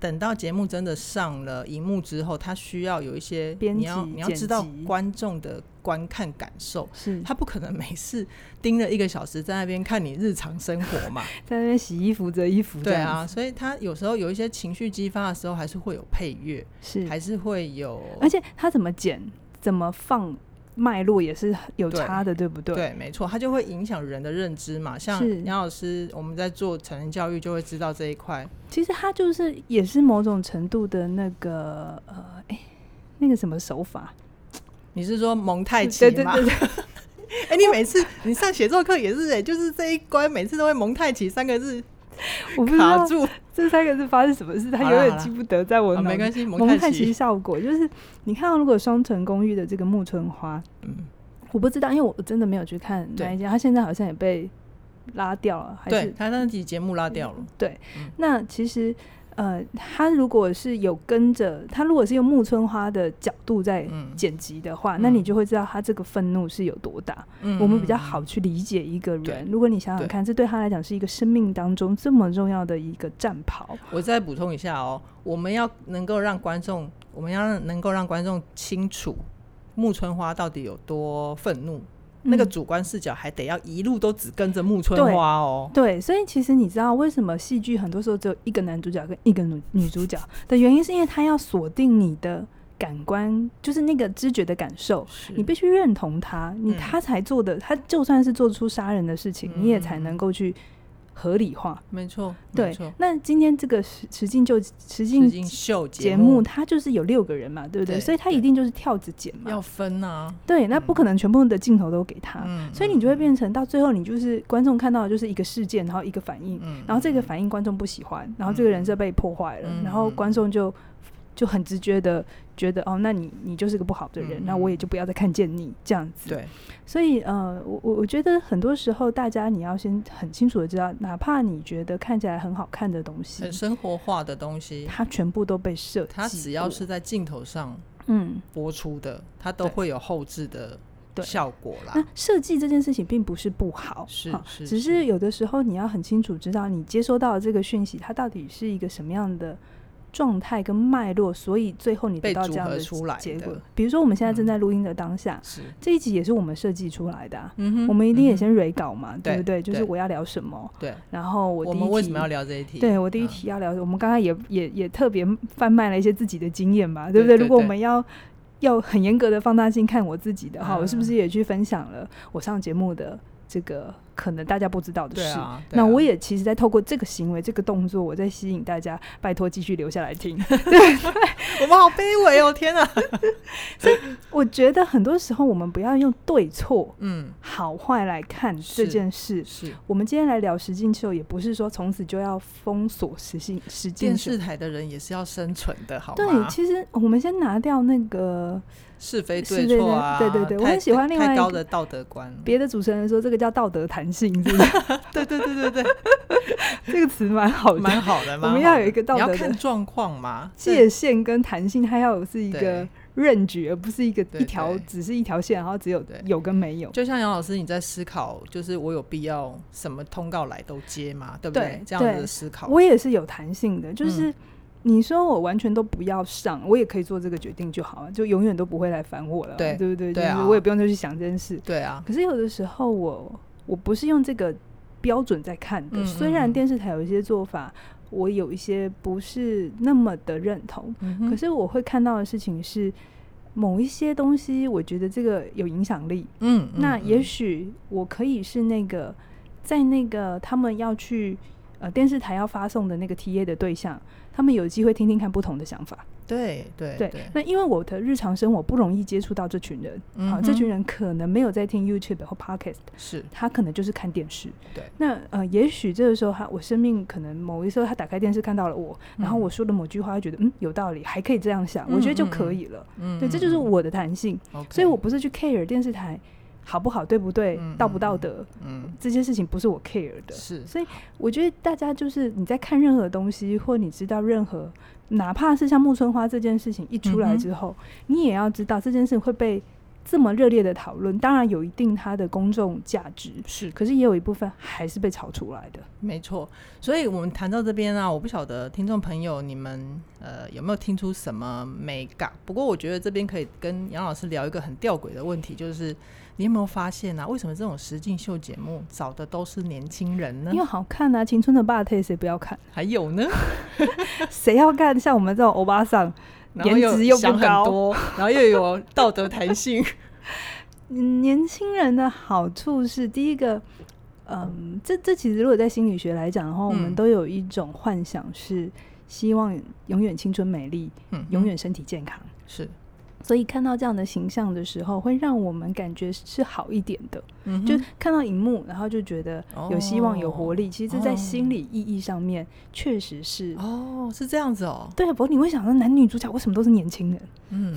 [SPEAKER 1] 等到节目真的上了荧幕之后，它需要有一些
[SPEAKER 2] 编
[SPEAKER 1] 你要
[SPEAKER 2] 辑
[SPEAKER 1] 你要
[SPEAKER 2] 剪
[SPEAKER 1] 知道
[SPEAKER 2] 辑
[SPEAKER 1] 观众的观看感受，
[SPEAKER 2] 是，
[SPEAKER 1] 他不可能每次盯了一个小时在那边看你日常生活 嘛，
[SPEAKER 2] 在那边洗衣服、折衣服这
[SPEAKER 1] 对
[SPEAKER 2] 样
[SPEAKER 1] 啊，
[SPEAKER 2] 子，
[SPEAKER 1] 所以他有时候有一些情绪激发的时候，还是会有配乐，
[SPEAKER 2] 是。
[SPEAKER 1] 还是会有，
[SPEAKER 2] 嗯而且他怎么剪、怎么放脉络也是很有
[SPEAKER 1] 对
[SPEAKER 2] 差的，对不对？
[SPEAKER 1] 对，没错，它就会影响人的认知嘛。像
[SPEAKER 2] 是
[SPEAKER 1] 杨老师，我们在做成人教育就会知道这一块，
[SPEAKER 2] 其实他就是也是某种程度的那个呃，哎、那个什么手法，
[SPEAKER 1] 你是说蒙太奇
[SPEAKER 2] 对对
[SPEAKER 1] 吗？
[SPEAKER 2] 对
[SPEAKER 1] 哎、你每次你上写作课也是、哎，就是这一关每次都会蒙太奇三个字
[SPEAKER 2] 我不知道
[SPEAKER 1] 卡住，
[SPEAKER 2] 这三个字发生什么事，他
[SPEAKER 1] 好
[SPEAKER 2] 永
[SPEAKER 1] 啦好啦
[SPEAKER 2] 远记不得，在我
[SPEAKER 1] 啊、
[SPEAKER 2] 脑
[SPEAKER 1] 没
[SPEAKER 2] 里
[SPEAKER 1] 关系，
[SPEAKER 2] 蒙
[SPEAKER 1] 蒙
[SPEAKER 2] 太奇
[SPEAKER 1] 奇，
[SPEAKER 2] 效果，就是你看到如果双城公寓的这个木村花，
[SPEAKER 1] 嗯，
[SPEAKER 2] 我不知道，因为我真的没有去看那一家，他现在好像也被拉掉了，还
[SPEAKER 1] 对
[SPEAKER 2] 是
[SPEAKER 1] 他那集节目拉掉了，
[SPEAKER 2] 对
[SPEAKER 1] 嗯
[SPEAKER 2] 那其实。呃，他如果是有跟着他，如果是用木村花的角度在
[SPEAKER 1] 嗯
[SPEAKER 2] 剪辑的话，那你
[SPEAKER 1] 嗯
[SPEAKER 2] 就会知道他这个愤怒是有多大。
[SPEAKER 1] 嗯，
[SPEAKER 2] 我们比较好去理解一个
[SPEAKER 1] 对
[SPEAKER 2] 人。如果你想想
[SPEAKER 1] 对
[SPEAKER 2] 看，这对他来讲是一个生命当中这么重要的一个战袍，
[SPEAKER 1] 我再补充一下哦，我们要能够让观众，我们要让能够让观众清楚木村花到底有多愤怒，那个
[SPEAKER 2] 嗯
[SPEAKER 1] 主观视角还得要一路都只跟着木村花哦。
[SPEAKER 2] 对，所以其实你知道为什么戏剧很多时候只有一个男主角跟一个女女主角的原因，是因为他要锁定你的感官，就是那个知觉的感受，
[SPEAKER 1] 是
[SPEAKER 2] 你必须认同他，你
[SPEAKER 1] 嗯
[SPEAKER 2] 他才做的，他就算是做出杀人的事情，你也才
[SPEAKER 1] 嗯
[SPEAKER 2] 能够去合理化。
[SPEAKER 1] 没错，没
[SPEAKER 2] 对
[SPEAKER 1] 错，，
[SPEAKER 2] 那今天这个实实境就实
[SPEAKER 1] 实
[SPEAKER 2] 境
[SPEAKER 1] 境秀
[SPEAKER 2] 节目，
[SPEAKER 1] 目
[SPEAKER 2] 它就是有六个人嘛，对不对？
[SPEAKER 1] 对
[SPEAKER 2] 所以他
[SPEAKER 1] 对
[SPEAKER 2] 一定就是跳着剪嘛
[SPEAKER 1] 要，分啊，
[SPEAKER 2] 对，那不
[SPEAKER 1] 嗯
[SPEAKER 2] 可能全部的镜头都给他，
[SPEAKER 1] 嗯，
[SPEAKER 2] 啊所以你就会变成到最后，你就是观众看到的就是一个事件，然后一个反应，
[SPEAKER 1] 嗯，嗯
[SPEAKER 2] 然后这个反应观众不喜欢，然后这个人设被破坏了，
[SPEAKER 1] 嗯
[SPEAKER 2] 然后
[SPEAKER 1] 嗯
[SPEAKER 2] 观众就就很直觉的觉得哦，那你你就是个不好的人，
[SPEAKER 1] 嗯
[SPEAKER 2] 那我也就不要再看见你这样子。，
[SPEAKER 1] 对，
[SPEAKER 2] 所以呃，我我我觉得很多时候大家你要先很清楚的知道，哪怕你觉得看起来很好看的东西
[SPEAKER 1] 很，生活化的东西，
[SPEAKER 2] 它全部都被设计过，
[SPEAKER 1] 它只要是在镜头上
[SPEAKER 2] 嗯，
[SPEAKER 1] 播出的，它都
[SPEAKER 2] 对
[SPEAKER 1] 会有后置的
[SPEAKER 2] 对
[SPEAKER 1] 效果啦
[SPEAKER 2] 那。设计这件事情并不是不好，
[SPEAKER 1] 是
[SPEAKER 2] 哈
[SPEAKER 1] 是
[SPEAKER 2] 只
[SPEAKER 1] 是
[SPEAKER 2] 是有的时候你要很清楚知道你接收到的这个讯息，它到底是一个什么样的状态跟脉络，所以最后你得
[SPEAKER 1] 被
[SPEAKER 2] 到
[SPEAKER 1] 组
[SPEAKER 2] 这样
[SPEAKER 1] 合
[SPEAKER 2] 的
[SPEAKER 1] 出来
[SPEAKER 2] 结果
[SPEAKER 1] 的。
[SPEAKER 2] 比如说我们现在
[SPEAKER 1] 嗯
[SPEAKER 2] 正在录音的当下，
[SPEAKER 1] 是，
[SPEAKER 2] 这一集也是我们设计出来的、啊。
[SPEAKER 1] 嗯哼
[SPEAKER 2] 我们一定
[SPEAKER 1] 嗯
[SPEAKER 2] 也
[SPEAKER 1] 哼
[SPEAKER 2] 先 re 稿嘛，对不对？
[SPEAKER 1] 对
[SPEAKER 2] 就是
[SPEAKER 1] 对
[SPEAKER 2] 我要聊什么，
[SPEAKER 1] 对。
[SPEAKER 2] 然后我
[SPEAKER 1] 我
[SPEAKER 2] 第
[SPEAKER 1] 们
[SPEAKER 2] 一
[SPEAKER 1] 为
[SPEAKER 2] 题
[SPEAKER 1] 什么要聊这一题？
[SPEAKER 2] 对我第一
[SPEAKER 1] 嗯
[SPEAKER 2] 题要聊，我们刚刚也也也特别贩卖了一些自己的经验吧，对不
[SPEAKER 1] 对
[SPEAKER 2] 如
[SPEAKER 1] 对
[SPEAKER 2] 果我
[SPEAKER 1] 对
[SPEAKER 2] 们要要很严格的放大镜看我自己的话，我是不
[SPEAKER 1] 嗯
[SPEAKER 2] 是也去分享了我上节目的这个可能大家不知道的
[SPEAKER 1] 对
[SPEAKER 2] 事？
[SPEAKER 1] 啊，对
[SPEAKER 2] 那
[SPEAKER 1] 啊
[SPEAKER 2] 我也其实，在透过这个行为、这个动作，我在吸引大家，拜托继续留下 来听。
[SPEAKER 1] 我们好卑微哦，天哪！
[SPEAKER 2] 我觉得很多时候，我们不要用对错、
[SPEAKER 1] 嗯，
[SPEAKER 2] 好坏来看这
[SPEAKER 1] 是
[SPEAKER 2] 件事。
[SPEAKER 1] 是
[SPEAKER 2] 我们今天来聊实境秀，也不是说从此就要封锁实境实境
[SPEAKER 1] 电
[SPEAKER 2] 秀
[SPEAKER 1] 视。台的人也是要生存的，好
[SPEAKER 2] 对，
[SPEAKER 1] 吗？
[SPEAKER 2] 其实我们先拿掉那个
[SPEAKER 1] 是非对
[SPEAKER 2] 是非
[SPEAKER 1] 错
[SPEAKER 2] 对
[SPEAKER 1] 啊，
[SPEAKER 2] 对对对我
[SPEAKER 1] 太
[SPEAKER 2] 很喜欢另外
[SPEAKER 1] 太
[SPEAKER 2] 一
[SPEAKER 1] 高
[SPEAKER 2] 个
[SPEAKER 1] 的道德观。
[SPEAKER 2] 别的主持人说这个叫道德弹性，是不是？
[SPEAKER 1] 对对对对对，
[SPEAKER 2] 这个词蛮好的，
[SPEAKER 1] 蛮好的，
[SPEAKER 2] 我
[SPEAKER 1] 蛮
[SPEAKER 2] 们
[SPEAKER 1] 好
[SPEAKER 2] 要有
[SPEAKER 1] 的
[SPEAKER 2] 一个道
[SPEAKER 1] 你
[SPEAKER 2] 德
[SPEAKER 1] 要看
[SPEAKER 2] 的
[SPEAKER 1] 状况嘛。
[SPEAKER 2] 界限跟弹性，它要有是一个
[SPEAKER 1] 对
[SPEAKER 2] range，而不是一个
[SPEAKER 1] 对
[SPEAKER 2] 一条
[SPEAKER 1] 对
[SPEAKER 2] 只是一条线，然后只有
[SPEAKER 1] 对
[SPEAKER 2] 有跟没有。
[SPEAKER 1] 就像杨老师，你在思考，就是我有必要什么通告来都接嘛，对不
[SPEAKER 2] 对
[SPEAKER 1] 这样子
[SPEAKER 2] 对
[SPEAKER 1] 的思考，
[SPEAKER 2] 我也是有弹性的，就是
[SPEAKER 1] 嗯
[SPEAKER 2] 你说我完全都不要上，我也可以做这个决定就好了，就永远都不会来烦我了，
[SPEAKER 1] 对
[SPEAKER 2] 对不对？
[SPEAKER 1] 对
[SPEAKER 2] 就
[SPEAKER 1] 啊
[SPEAKER 2] 是我也不用再去想这件事。
[SPEAKER 1] 对啊，
[SPEAKER 2] 可是有的时候我我不是用这个标准在看的，
[SPEAKER 1] 嗯嗯
[SPEAKER 2] 虽然
[SPEAKER 1] 嗯
[SPEAKER 2] 电视台有一些做法，我有一些不是那么的认同，
[SPEAKER 1] 嗯
[SPEAKER 2] 可
[SPEAKER 1] 哼，
[SPEAKER 2] 是我会看到的事情是。某一些东西，我觉得这个有影响力。
[SPEAKER 1] 嗯，
[SPEAKER 2] 那
[SPEAKER 1] 嗯
[SPEAKER 2] 也
[SPEAKER 1] 嗯
[SPEAKER 2] 许我可以是那个，在那个他们要去呃电视台要发送的那个 T A 的对象，他们有机会听听看不同的想法。
[SPEAKER 1] 对对
[SPEAKER 2] 对，那因为我的日常生活不容易接触到这群人，
[SPEAKER 1] 嗯
[SPEAKER 2] 好、
[SPEAKER 1] 哼
[SPEAKER 2] 这群人可能没有在听 YouTube 或 Podcast，
[SPEAKER 1] 是
[SPEAKER 2] 他可能就是看电视。
[SPEAKER 1] 对，
[SPEAKER 2] 那呃，也许这个时候他我生命可能某一时候他打开电视看到了我，然后
[SPEAKER 1] 嗯
[SPEAKER 2] 我说的某句话，他觉得嗯有道理，还可以这样想，我觉得就可以了。
[SPEAKER 1] 嗯，
[SPEAKER 2] 对，这就是
[SPEAKER 1] 嗯，
[SPEAKER 2] 我的弹性，
[SPEAKER 1] 嗯，OK
[SPEAKER 2] 所以我不是去 care 电视台好不好、对不对、
[SPEAKER 1] 嗯
[SPEAKER 2] 道不
[SPEAKER 1] 嗯
[SPEAKER 2] 道
[SPEAKER 1] 嗯
[SPEAKER 2] 德
[SPEAKER 1] 嗯
[SPEAKER 2] 这些事情，不是我 care 的。
[SPEAKER 1] 是
[SPEAKER 2] 所以我觉得大家就是你在看任何东西，或你知道任何，哪怕是像木村花这件事情一出
[SPEAKER 1] 嗯
[SPEAKER 2] 来
[SPEAKER 1] 哼
[SPEAKER 2] 之后，你也要知道这件事情会被这么热烈的讨论，当然有一定它的公众价值，
[SPEAKER 1] 是
[SPEAKER 2] 可是也有一部分还是被炒出来的。
[SPEAKER 1] 没错，所以我们谈到这边啊，我不晓得听众朋友你们呃有没有听出什么美感？不过我觉得这边可以跟杨老师聊一个很吊诡的问题，就是你有没有发现啊，为什么这种实境秀节目找的都是年轻人呢
[SPEAKER 2] 因？为好看啊，青春的霸退谁不要看？
[SPEAKER 1] 还有呢，
[SPEAKER 2] 谁要看像我们这种欧巴桑？
[SPEAKER 1] 然后
[SPEAKER 2] 颜值又不
[SPEAKER 1] 想很
[SPEAKER 2] 高
[SPEAKER 1] 多，然后又有道德弹 性，
[SPEAKER 2] 嗯年轻人的好处是，第一个，嗯，这这其实如果在心理学来讲的话，我们
[SPEAKER 1] 嗯
[SPEAKER 2] 都有一种幻想是希望永远青春美丽，
[SPEAKER 1] 嗯
[SPEAKER 2] 永远身体健康。
[SPEAKER 1] 是，
[SPEAKER 2] 所以看到这样的形象的时候，会让我们感觉是好一点的，
[SPEAKER 1] 嗯
[SPEAKER 2] 就
[SPEAKER 1] 哼
[SPEAKER 2] 看到荧幕，然后就觉得有希望、有活力。其实，在
[SPEAKER 1] 哦
[SPEAKER 2] 心理意义上面，确实是。
[SPEAKER 1] 哦，是这样子哦，
[SPEAKER 2] 对，啊不过你会想说，男女主角为什么都是年轻人？
[SPEAKER 1] 嗯，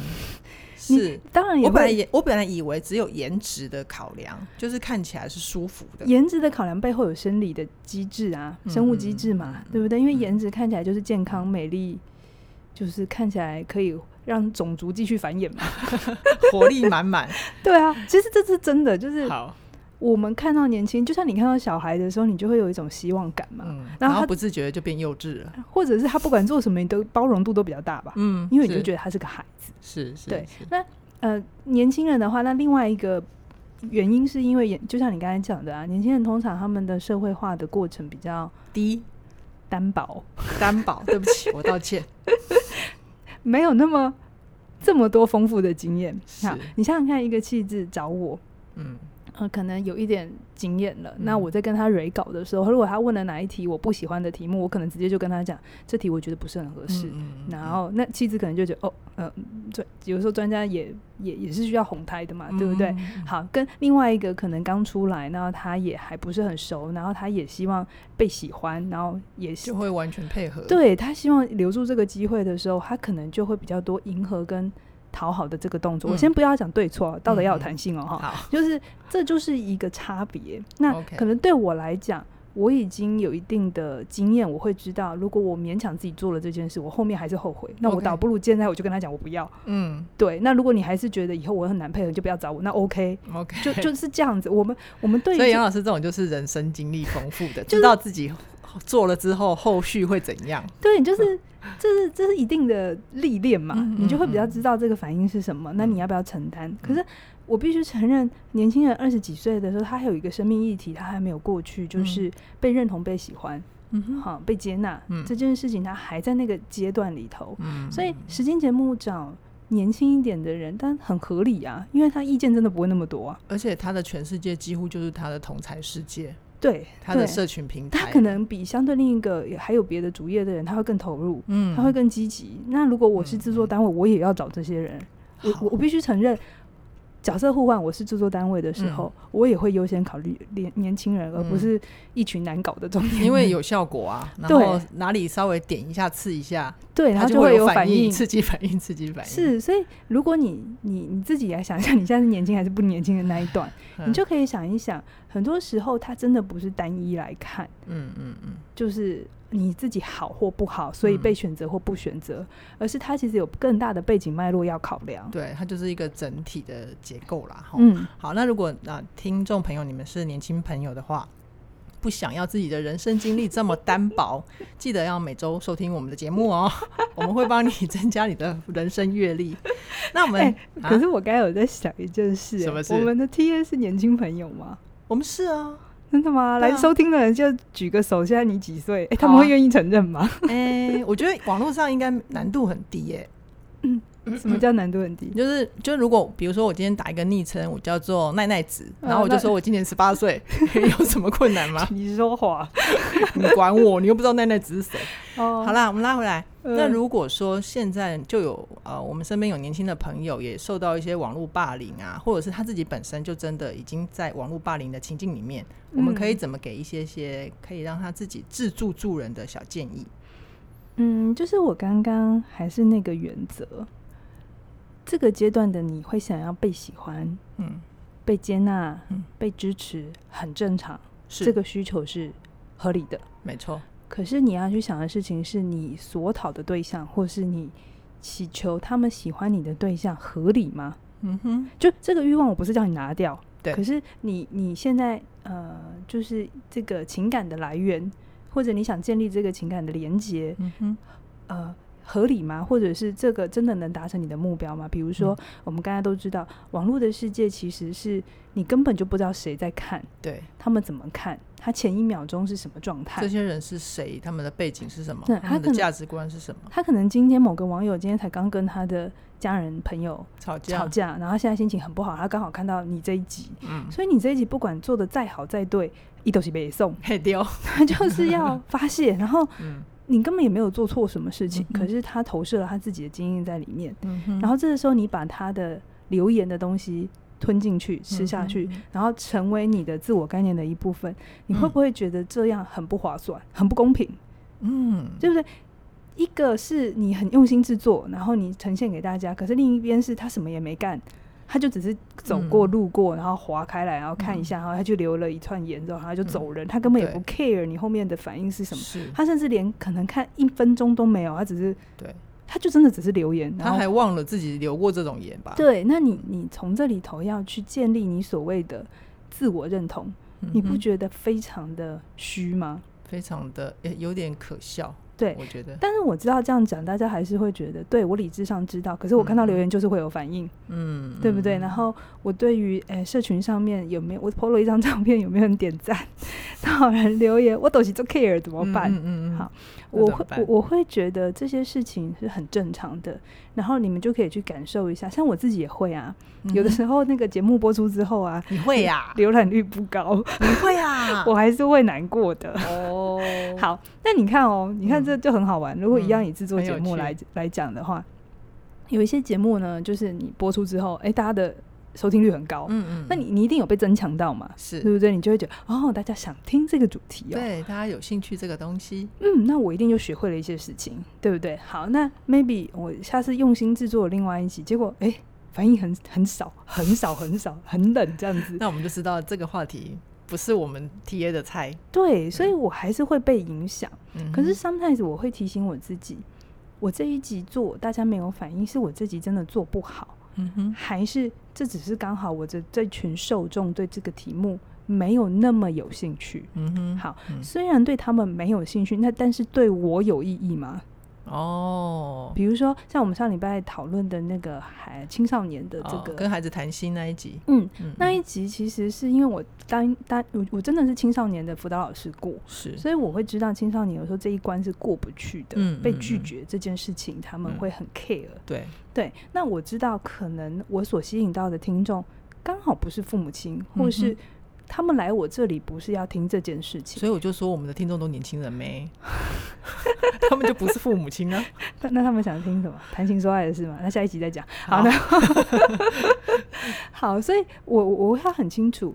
[SPEAKER 2] 你
[SPEAKER 1] 是。
[SPEAKER 2] 当然也
[SPEAKER 1] 我本来
[SPEAKER 2] 会
[SPEAKER 1] 也我本来以为只有颜值的考量，就是看起来是舒服的，
[SPEAKER 2] 颜值的考量背后有生理的机制啊，
[SPEAKER 1] 嗯
[SPEAKER 2] 生物机制嘛，
[SPEAKER 1] 嗯嗯
[SPEAKER 2] 对不对？因为
[SPEAKER 1] 嗯
[SPEAKER 2] 颜值看起来就是健康、美丽，就是看起来可以让种族继续繁衍 嘛。
[SPEAKER 1] 活力满满。
[SPEAKER 2] 对啊，其实这是真的，就是
[SPEAKER 1] 好，
[SPEAKER 2] 我们看到年轻，就像你看到小孩的时候，你就会有一种希望感嘛，
[SPEAKER 1] 嗯，
[SPEAKER 2] 然
[SPEAKER 1] 然
[SPEAKER 2] 后
[SPEAKER 1] 后
[SPEAKER 2] 他
[SPEAKER 1] 不自觉地就变幼稚了。
[SPEAKER 2] 或者是他不管做什么，你都包容度都比较大吧，
[SPEAKER 1] 嗯
[SPEAKER 2] 因为你就是觉得他是个孩子。
[SPEAKER 1] 是是，
[SPEAKER 2] 对
[SPEAKER 1] 是，
[SPEAKER 2] 那呃，年轻人的话，那另外一个。原因是因为，也就像你刚才讲的啊，年轻人通常他们的社会化的过程比较
[SPEAKER 1] 第一
[SPEAKER 2] 单薄，
[SPEAKER 1] 担保，对不 起，我道歉。
[SPEAKER 2] 没有那么这么多丰富的经验。
[SPEAKER 1] 是
[SPEAKER 2] 好，你想想看，一个气质找我，
[SPEAKER 1] 嗯，
[SPEAKER 2] 呃，可能有一点经验了。
[SPEAKER 1] 嗯
[SPEAKER 2] 那我在跟他 re 稿的时候，如果他问了哪一题我不喜欢的题目，我可能直接就跟他讲，这题我觉得不是很合适。
[SPEAKER 1] 嗯
[SPEAKER 2] 然后，那妻子可能就觉得，哦，呃，专有时候专家也也也是需要哄抬的嘛，对不对？？
[SPEAKER 1] 嗯
[SPEAKER 2] 好，跟另外一个可能刚出来，然后他也还不是很熟，然后他也希望被喜欢，然后也希
[SPEAKER 1] 就会完全配合。，
[SPEAKER 2] 对他希望留住这个机会的时候，他可能就会比较多迎合跟讨好的这个动作。我
[SPEAKER 1] 嗯
[SPEAKER 2] 先不要讲对错，道德要
[SPEAKER 1] 嗯
[SPEAKER 2] 有
[SPEAKER 1] 嗯
[SPEAKER 2] 弹性哦，哈、
[SPEAKER 1] 好，
[SPEAKER 2] 就是这就是一个差别。那
[SPEAKER 1] OK
[SPEAKER 2] 可能对我来讲。我已经有一定的经验，我会知道，如果我勉强自己做了这件事，我后面还是后悔，那我
[SPEAKER 1] OK
[SPEAKER 2] 倒不如现在我就跟他讲我不要。
[SPEAKER 1] 嗯
[SPEAKER 2] 对，那如果你还是觉得以后我很难配合，你就不要找我，那 OK，
[SPEAKER 1] ，OK，
[SPEAKER 2] 就就是这样子。我们我们对于
[SPEAKER 1] 所以
[SPEAKER 2] 这
[SPEAKER 1] 杨老师这种就是人生经历丰富的，
[SPEAKER 2] 就是
[SPEAKER 1] 知道自己做了之后后续会怎样。
[SPEAKER 2] 对，就是这是这是一定的历练嘛，
[SPEAKER 1] 嗯嗯
[SPEAKER 2] 你就会比较知道这个反应是什么，那
[SPEAKER 1] 嗯
[SPEAKER 2] 你要不要承担？可是我必须承认，年轻人二十几岁的时候，他还有一个生命议题，他还没有过去，就是被认同、被喜欢、
[SPEAKER 1] 嗯哼，
[SPEAKER 2] 哈、被接纳、
[SPEAKER 1] 嗯
[SPEAKER 2] 这件事情，他还在那个阶段里头。
[SPEAKER 1] 嗯，
[SPEAKER 2] 所以时间节目找年轻一点的人，但很合理啊，因为他意见真的不会那么多啊。
[SPEAKER 1] 而且他的全世界几乎就是他的同才世界，
[SPEAKER 2] 对，
[SPEAKER 1] 他的
[SPEAKER 2] 对
[SPEAKER 1] 社群平台，
[SPEAKER 2] 他可能比相对另一个还有别的主业的人，他会更投入。
[SPEAKER 1] 嗯，
[SPEAKER 2] 他 会更积极。那如果我是制作单位，我也要找这些人。我
[SPEAKER 1] 好
[SPEAKER 2] 我我必须承认，角色互换，我是制作单位的时候，我也会优先考虑年年轻人，而不
[SPEAKER 1] 嗯
[SPEAKER 2] 是一群难搞的中年人。
[SPEAKER 1] 因为有效果啊，然
[SPEAKER 2] 对
[SPEAKER 1] 后哪里稍微点一下刺一下，
[SPEAKER 2] 对，
[SPEAKER 1] 他
[SPEAKER 2] 他
[SPEAKER 1] 就
[SPEAKER 2] 会
[SPEAKER 1] 有
[SPEAKER 2] 反
[SPEAKER 1] 应，刺激反应，刺激反应。，
[SPEAKER 2] 是，所以如果你你你自己来想一下，你现在是年轻还是不年轻的那一段，
[SPEAKER 1] 嗯
[SPEAKER 2] 你就可以想一想，很多时候他真的不是单一来看，
[SPEAKER 1] 嗯嗯嗯，
[SPEAKER 2] 就是你自己好或不好，所以
[SPEAKER 1] 嗯
[SPEAKER 2] 被选择或不选择，而是他其实有更大的背景脉络要考量。
[SPEAKER 1] 对，哦它就是一个整体的结构啦。哈、
[SPEAKER 2] 嗯，
[SPEAKER 1] 好，那如果啊、听众朋友你们是年轻朋友的话，不想要自己的人生经历这么单薄，记得要每周收听我们的节目哦，我们会帮你增加你的人生阅历。那我们、
[SPEAKER 2] 哎
[SPEAKER 1] 啊
[SPEAKER 2] 可是我刚才有在想一件事、哎
[SPEAKER 1] 什么事
[SPEAKER 2] 我们的 T A 是年轻朋友吗？
[SPEAKER 1] 我们是啊，
[SPEAKER 2] 真的吗？
[SPEAKER 1] 对啊
[SPEAKER 2] 来收听的人就举个手，现在你几岁？哎、他们
[SPEAKER 1] 好啊
[SPEAKER 2] 会愿意承认吗？
[SPEAKER 1] 哎、我觉得网络上应该难度很低耶、
[SPEAKER 2] 什么叫难度很 低？
[SPEAKER 1] 就是就如果比如说我今天打一个昵称，我叫做奈奈子，
[SPEAKER 2] 啊
[SPEAKER 1] 然后我就说我今年十八岁， 有什么困 难吗？
[SPEAKER 2] 你说谎
[SPEAKER 1] 你管我，你又不知道奈奈子是谁。
[SPEAKER 2] 哦
[SPEAKER 1] 好啦，我们拉回来。
[SPEAKER 2] 嗯
[SPEAKER 1] 那如果说现在就有呃，我们身边有年轻的朋友也受到一些网络霸凌啊，或者是他自己本身就真的已经在网络霸凌的情境里面，我们可以
[SPEAKER 2] 嗯
[SPEAKER 1] 怎么给一些些可以让他自己自助助人的小建议？
[SPEAKER 2] 嗯，就是我刚刚还是那个原则，这个阶段的你会想要被喜欢、
[SPEAKER 1] 嗯，
[SPEAKER 2] 被接纳、
[SPEAKER 1] 嗯
[SPEAKER 2] 被支持，很正常，
[SPEAKER 1] 是
[SPEAKER 2] 这个需求是合理的。
[SPEAKER 1] 没错，
[SPEAKER 2] 可是你要去想的事情是你所讨的对象，或是你祈求他们喜欢你的对象合理吗？
[SPEAKER 1] 嗯哼，
[SPEAKER 2] 就这个欲望，我不是叫你拿掉，
[SPEAKER 1] 对
[SPEAKER 2] 可是你你现在呃，就是这个情感的来源，或者你想建立这个情感的连接，
[SPEAKER 1] 嗯哼，
[SPEAKER 2] 呃合理吗？或者是这个真的能达成你的目标吗？比如
[SPEAKER 1] 嗯
[SPEAKER 2] 说，我们刚才都知道，网络的世界其实是你根本就不知道谁在看，
[SPEAKER 1] 对，
[SPEAKER 2] 他们怎么看，他前一秒钟是什么状
[SPEAKER 1] 这
[SPEAKER 2] 态。
[SPEAKER 1] 些人是谁？他们的背景是什么？
[SPEAKER 2] 对
[SPEAKER 1] 他
[SPEAKER 2] 他
[SPEAKER 1] 们
[SPEAKER 2] 可
[SPEAKER 1] 的
[SPEAKER 2] 能
[SPEAKER 1] 价值观是什么？
[SPEAKER 2] 他可能今天某个网友今天才刚跟他的家人朋友
[SPEAKER 1] 吵架，
[SPEAKER 2] 吵架，然后他现在心情很不好，他刚好看到你这一集，
[SPEAKER 1] 嗯，
[SPEAKER 2] 所以你这一集不管做的再好再对，一都是被送，
[SPEAKER 1] 配丢，
[SPEAKER 2] 他就是要发泄，然后
[SPEAKER 1] 嗯
[SPEAKER 2] 你根本也没有做错什么事情，
[SPEAKER 1] 嗯哼
[SPEAKER 2] 可是他投射了他自己的经验在里面，
[SPEAKER 1] 嗯哼
[SPEAKER 2] 然后这个时候你把他的留言的东西吞进去、吃下去，
[SPEAKER 1] 嗯哼
[SPEAKER 2] 然后成为你的自我概念的一部分，你会不会觉得这样很不划算、很不公平，
[SPEAKER 1] 嗯，
[SPEAKER 2] 对不对？一个是你很用心制作，然后你呈现给大家，可是另一边是他什么也没干。他就只是走过、
[SPEAKER 1] 嗯
[SPEAKER 2] 路过，然后划开来，然后看一下，然后他就留了一串言，之后然
[SPEAKER 1] 嗯
[SPEAKER 2] 后他就走人。他根本也不 care 你后面的反应是什么，
[SPEAKER 1] 是，
[SPEAKER 2] 他甚至连可能看一分钟都没有，他只是
[SPEAKER 1] 对，
[SPEAKER 2] 他就真的只是留言，然
[SPEAKER 1] 他
[SPEAKER 2] 后
[SPEAKER 1] 还忘了自己留过这种言吧？
[SPEAKER 2] 对，那你你从这里头要去建立你所谓的自我认同，
[SPEAKER 1] 嗯哼，
[SPEAKER 2] 你不觉得非常的虚吗？
[SPEAKER 1] 非常的诶有点可笑？
[SPEAKER 2] 对
[SPEAKER 1] 我觉得，
[SPEAKER 2] 但是我知道这样讲，大家还是会觉得，对我理智上知道，可是我看到留言就是会有反应，
[SPEAKER 1] 嗯，
[SPEAKER 2] 对不对？
[SPEAKER 1] 嗯
[SPEAKER 2] 然后我对于诶、社群上面有没有我 PO 了一张照片，有没有人点赞， 多少人留言，我都是做 care 怎么办？
[SPEAKER 1] 嗯嗯嗯，
[SPEAKER 2] 好
[SPEAKER 1] 那
[SPEAKER 2] 我
[SPEAKER 1] 怎么
[SPEAKER 2] 会
[SPEAKER 1] 办
[SPEAKER 2] 我我会觉得这些事情是很正常的，然后你们就可以去感受一下，像我自己也会啊，
[SPEAKER 1] 嗯
[SPEAKER 2] 有的
[SPEAKER 1] 哼
[SPEAKER 2] 时候那个节目播出之后啊，
[SPEAKER 1] 你会 呀，
[SPEAKER 2] 浏览率不高，
[SPEAKER 1] 你会 呀，
[SPEAKER 2] 啊我还是会难过的。
[SPEAKER 1] 啊哦，
[SPEAKER 2] 好，那你看哦，你看
[SPEAKER 1] 嗯
[SPEAKER 2] 这就很好玩。如果一样
[SPEAKER 1] 嗯
[SPEAKER 2] 以制作
[SPEAKER 1] 很
[SPEAKER 2] 节
[SPEAKER 1] 有
[SPEAKER 2] 目
[SPEAKER 1] 趣
[SPEAKER 2] 来来讲的话，有一些节目呢，就是你播出之后，哎，大家的收听率很高，
[SPEAKER 1] 嗯嗯，
[SPEAKER 2] 那你你一定有被增强到嘛，对
[SPEAKER 1] 是嗯
[SPEAKER 2] 不对？你就会觉得哦，大家想听这个主题哦，
[SPEAKER 1] 对大家有兴趣这个东西，
[SPEAKER 2] 嗯，那我一定就学会了一些事情，对不对？好，那 maybe 我下次用心制作另外一集，结果哎，反应很很少，很少，很少，很冷这样子。
[SPEAKER 1] 那我们就知道这个话题不是我们 T A 的菜。
[SPEAKER 2] 对，所以我还是会被影响。
[SPEAKER 1] 嗯
[SPEAKER 2] 可是
[SPEAKER 1] 哼
[SPEAKER 2] sometimes 我会提醒我自己，我这一集做大家没有反应，是我自己真的做不好，
[SPEAKER 1] 嗯哼，
[SPEAKER 2] 还是这只是刚好我的这群受众对这个题目没有那么有兴趣？
[SPEAKER 1] 嗯哼，
[SPEAKER 2] 好
[SPEAKER 1] 嗯，
[SPEAKER 2] 虽然对他们没有兴趣，那但是对我有意义吗？
[SPEAKER 1] 哦，
[SPEAKER 2] 比如说像我们上礼拜讨论的那个还青少年的这
[SPEAKER 1] 哦
[SPEAKER 2] 个，
[SPEAKER 1] 跟孩子谈心那一集，
[SPEAKER 2] 嗯，
[SPEAKER 1] 嗯，
[SPEAKER 2] 那
[SPEAKER 1] 嗯
[SPEAKER 2] 一集其实是因为我当当我我真的是青少年的辅导老师过，
[SPEAKER 1] 是
[SPEAKER 2] 所以我会知道青少年有时候这一关是过不去的，
[SPEAKER 1] 嗯
[SPEAKER 2] 被
[SPEAKER 1] 嗯
[SPEAKER 2] 拒
[SPEAKER 1] 嗯
[SPEAKER 2] 绝这件事情，他们
[SPEAKER 1] 嗯
[SPEAKER 2] 会很 care。
[SPEAKER 1] 对，
[SPEAKER 2] 对，那我知道可能我所吸引到的听众刚好不是父母亲，或
[SPEAKER 1] 嗯
[SPEAKER 2] 是
[SPEAKER 1] 哼
[SPEAKER 2] 他们来我这里不是要听这件事情，
[SPEAKER 1] 所以我就说我们的听众都年轻人没， 他们就不是父母亲 啊。
[SPEAKER 2] 那那他们想听什么？谈情说爱的事吗？那 下一集再讲。好
[SPEAKER 1] 好
[SPEAKER 2] 的，好，所以我我我要很清楚，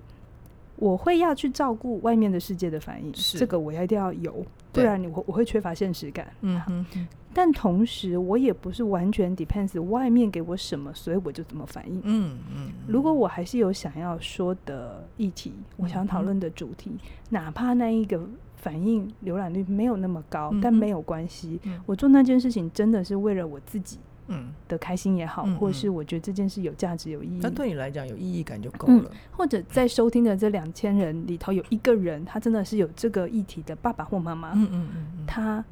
[SPEAKER 2] 我会要去照顾外面的世界的反应，
[SPEAKER 1] 是
[SPEAKER 2] 这个我一定要有，不
[SPEAKER 1] 对
[SPEAKER 2] 然你我我会缺乏现实感。
[SPEAKER 1] 嗯哼，嗯
[SPEAKER 2] 但同时，我也不是完全 depends 外面给我什么，所以我就怎么反应。
[SPEAKER 1] 嗯嗯，
[SPEAKER 2] 如果我还是有想要说的议题，我想
[SPEAKER 1] 嗯
[SPEAKER 2] 讨论的主题，哪怕那一个反应浏览率没有那么高，
[SPEAKER 1] 嗯
[SPEAKER 2] 但
[SPEAKER 1] 哼
[SPEAKER 2] 没有关系。
[SPEAKER 1] 嗯
[SPEAKER 2] 我做那件事情真的是为了我自己
[SPEAKER 1] 嗯，
[SPEAKER 2] 的开心也好，
[SPEAKER 1] 嗯
[SPEAKER 2] 或
[SPEAKER 1] 嗯
[SPEAKER 2] 是我觉得这件事有价值、有意义，
[SPEAKER 1] 那对你来讲有意义感就够
[SPEAKER 2] 嗯
[SPEAKER 1] 了。
[SPEAKER 2] 或者在收听的这两千人里头有一个人，他真的是有这个议题的爸爸或妈妈，
[SPEAKER 1] 嗯嗯嗯嗯，
[SPEAKER 2] 他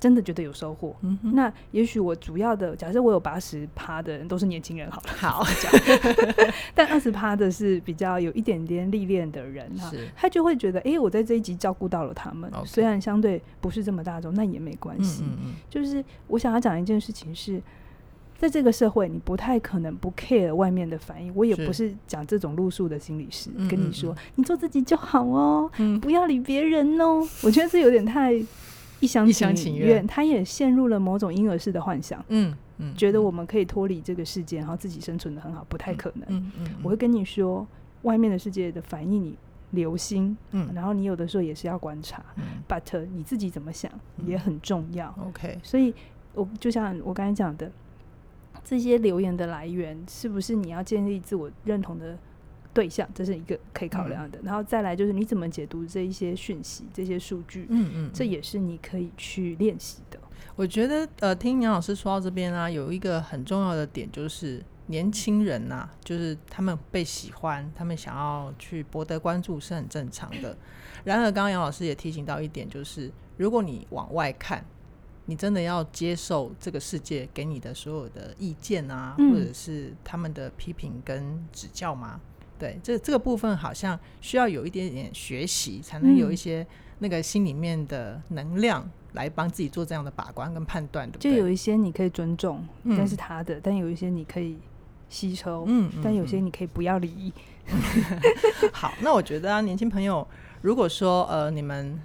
[SPEAKER 2] 真的觉得有收获。
[SPEAKER 1] 嗯哼
[SPEAKER 2] 那也许我主要的，假设我有八十趴的人都是年轻人好了，
[SPEAKER 1] 好
[SPEAKER 2] 但二十趴的是比较有一点点历练的人哈
[SPEAKER 1] 是，
[SPEAKER 2] 他就会觉得，诶，我在这一集照顾到了他们
[SPEAKER 1] OK
[SPEAKER 2] 虽然相对不是这么大众，那也没关系。
[SPEAKER 1] 嗯嗯
[SPEAKER 2] 就是我想要讲一件事情是，在这个社会，你不太可能不 care 外面的反应。我也
[SPEAKER 1] 是
[SPEAKER 2] 不是讲这种路数的心理师，
[SPEAKER 1] 嗯
[SPEAKER 2] 跟
[SPEAKER 1] 嗯
[SPEAKER 2] 你说你做自己就好哦，
[SPEAKER 1] 嗯，
[SPEAKER 2] 不要理别人哦。我觉得这有点太一厢
[SPEAKER 1] 一厢
[SPEAKER 2] 情
[SPEAKER 1] 情愿
[SPEAKER 2] 愿，他也陷入了某种婴儿式的幻想，
[SPEAKER 1] 嗯嗯，
[SPEAKER 2] 觉得我们可以脱离这个世界，然后自己生存的很好，不太可能。
[SPEAKER 1] 嗯嗯，
[SPEAKER 2] 我会跟你说，外面的世界的反应你留心，
[SPEAKER 1] 嗯
[SPEAKER 2] 然后你有的时候也是要观察
[SPEAKER 1] 嗯
[SPEAKER 2] ，but 你自己怎么想也
[SPEAKER 1] 嗯
[SPEAKER 2] 很重要。
[SPEAKER 1] OK，
[SPEAKER 2] 所以，我就像我刚才讲的，这些留言的来源是不是你要建立自我认同的对象，这是一个可以考量的。
[SPEAKER 1] 嗯
[SPEAKER 2] 然后再来就是你怎么解读这一些讯息、这些数据，
[SPEAKER 1] 嗯嗯，
[SPEAKER 2] 这也是你可以去练习的。
[SPEAKER 1] 我觉得呃，听杨老师说到这边啊，有一个很重要的点就是。年轻人呐、就是他们被喜欢，他们想要去博得关注是很正常的。然而，刚刚杨老师也提醒到一点，就是如果你往外看，你真的要接受这个世界给你的所有的意见啊，
[SPEAKER 2] 嗯
[SPEAKER 1] 或者是他们的批评跟指教吗？对，这这个部分好像需要有一点点学习，才能有一
[SPEAKER 2] 嗯
[SPEAKER 1] 些那个心里面的能量来帮自己做这样的把关跟判断，对不
[SPEAKER 2] 就
[SPEAKER 1] 对？
[SPEAKER 2] 有一些你可以尊重，
[SPEAKER 1] 嗯
[SPEAKER 2] 但是他的；但有一些你可以吸收，
[SPEAKER 1] 嗯，嗯
[SPEAKER 2] 但有些
[SPEAKER 1] 嗯
[SPEAKER 2] 你可以不要理。
[SPEAKER 1] 好，那我觉得啊，年轻朋友，如果说呃，你们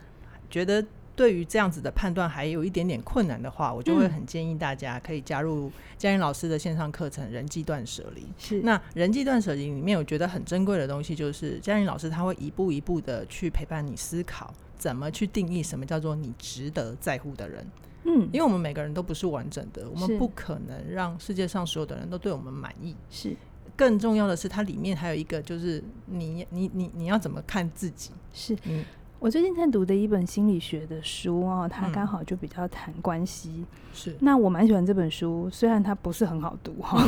[SPEAKER 1] 觉得对于这样子的判断还有一点点困难的话，我就会
[SPEAKER 2] 嗯
[SPEAKER 1] 很建议大家可以加入嘉玲老师的线上课程《人际断舍离》。
[SPEAKER 2] 是
[SPEAKER 1] 那人际断舍离里面，我觉得很珍贵的东西就是嘉玲老师他会一步一步的去陪伴你思考，怎么去定义什么叫做你值得在乎的人。
[SPEAKER 2] 嗯
[SPEAKER 1] 因，为我们每个人都不是完整的，我们
[SPEAKER 2] 是
[SPEAKER 1] 不可能让世界上所有的人都对我们满意。
[SPEAKER 2] 是
[SPEAKER 1] 更重要的是，它里面还有一个就是你你你你要怎么看自己？
[SPEAKER 2] 是。
[SPEAKER 1] 嗯
[SPEAKER 2] 我最近在读的一本心理学的书哦，它
[SPEAKER 1] 嗯
[SPEAKER 2] 刚好就比较谈关系。
[SPEAKER 1] 是
[SPEAKER 2] 那我蛮喜欢这本书，虽然它不是很好读 哈。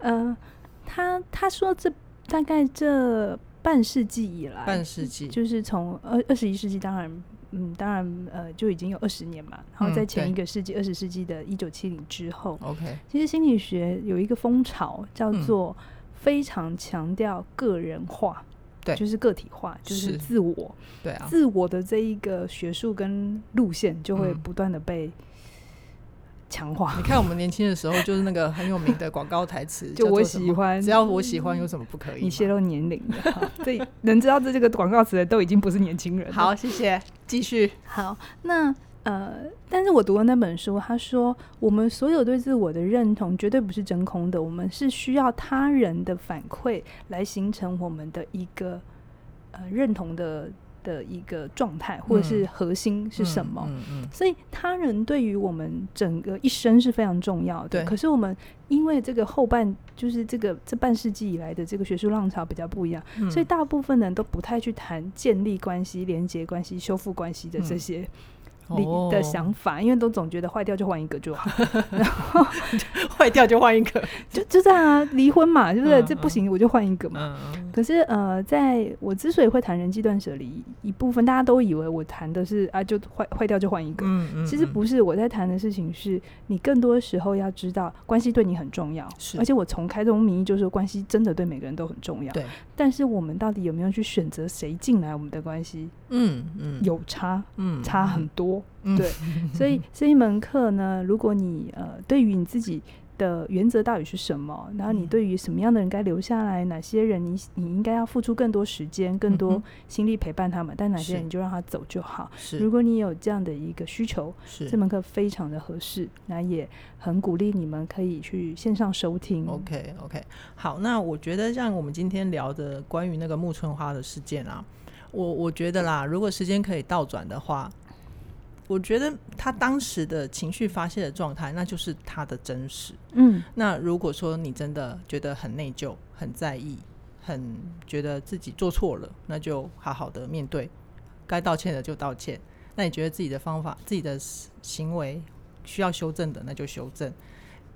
[SPEAKER 2] 呃，他他说这大概这半世纪以来，
[SPEAKER 1] 半世纪，
[SPEAKER 2] 就是从二二十一世纪，当然，嗯，当然，呃，就已经有二十年嘛。
[SPEAKER 1] 嗯
[SPEAKER 2] 然后在
[SPEAKER 1] 对
[SPEAKER 2] 前一个世纪，二十、世纪的一九七零之后，
[SPEAKER 1] OK，
[SPEAKER 2] 其实心理学有一个风潮叫
[SPEAKER 1] 嗯
[SPEAKER 2] 做非常强调个人化，
[SPEAKER 1] 对
[SPEAKER 2] 就是个体化，就是是自我。
[SPEAKER 1] 对啊，
[SPEAKER 2] 自我的这一个学术跟路线就会
[SPEAKER 1] 嗯
[SPEAKER 2] 不断的被强化。
[SPEAKER 1] 你看我们年轻的时候就是那个很有名的广告台词，
[SPEAKER 2] 就
[SPEAKER 1] 叫做
[SPEAKER 2] 我
[SPEAKER 1] 什
[SPEAKER 2] 喜
[SPEAKER 1] 么，
[SPEAKER 2] 欢，
[SPEAKER 1] 只要我喜欢，有什么不可以吗？
[SPEAKER 2] 你泄露年龄了，好这 能知道这这个广告词的都已经不是年轻人了。
[SPEAKER 1] 好，谢谢，继续。
[SPEAKER 2] 好，那呃，但是我读了那本书，他说我们所有对自我的认同绝对不是真空的，我们是需要他人的反馈来形成我们的一个呃认同的的一个状态，或者是
[SPEAKER 1] 嗯
[SPEAKER 2] 核心是什么。
[SPEAKER 1] 嗯嗯，
[SPEAKER 2] 所以他人对于我们整个一生是非常重要
[SPEAKER 1] 对
[SPEAKER 2] 的。可是我们因为这个后半，就是这个这半世纪以来的这个学术浪潮比较不一样，
[SPEAKER 1] 嗯
[SPEAKER 2] 所以大部分人都不太去谈建立关系、连接关系、修复关系的这些理、
[SPEAKER 1] 嗯哦
[SPEAKER 2] 的想法，因为都总觉得坏掉就换一个就 好，
[SPEAKER 1] 坏掉 就换一个。
[SPEAKER 2] 就就这样啊，离婚嘛，对不对？
[SPEAKER 1] 嗯
[SPEAKER 2] 这不行，我就换一个嘛。
[SPEAKER 1] 嗯，
[SPEAKER 2] 可是呃，在我之所以会谈人际断舍离，一部分大家都以为我谈的是啊，就坏坏掉就换一个，
[SPEAKER 1] 嗯嗯
[SPEAKER 2] 其实不是，我在谈的事情是你更多时候要知道，关系对你很重要。
[SPEAKER 1] 是
[SPEAKER 2] 而且我从开宗明义就说，关系真的对每个人都很重要。
[SPEAKER 1] 对，
[SPEAKER 2] 但是我们到底有没有去选择谁进来我们的关系，
[SPEAKER 1] 嗯嗯，
[SPEAKER 2] 有差，
[SPEAKER 1] 嗯
[SPEAKER 2] 差很多。
[SPEAKER 1] 嗯
[SPEAKER 2] 对，所以这一门课呢，如果你呃，对于你自己。的原则到底是什么？然后你
[SPEAKER 1] 嗯
[SPEAKER 2] 对于什么样的人该留下来，哪些人你你应该要付出更多时间、更
[SPEAKER 1] 嗯
[SPEAKER 2] 多
[SPEAKER 1] 哼
[SPEAKER 2] 心力陪伴他们，但哪些
[SPEAKER 1] 是
[SPEAKER 2] 人你就让他走就好。如
[SPEAKER 1] 是
[SPEAKER 2] 果你有这样的一个需求，
[SPEAKER 1] 是
[SPEAKER 2] 这门课非常的合适，那也很鼓励你们可以去线上收听。
[SPEAKER 1] OK OK，好，那我觉得像我们今天聊的关于那个木村花的事件啊，我我觉得啦，如果时间可以倒转的话，我觉得他当时的情绪发泄的状态，那就是他的真实。
[SPEAKER 2] 嗯，
[SPEAKER 1] 那如果说你真的觉得很内疚、很在意、很觉得自己做错了，那就好好的面对，该道歉的就道歉。那你觉得自己的方法、自己的行为需要修正的，那就修正。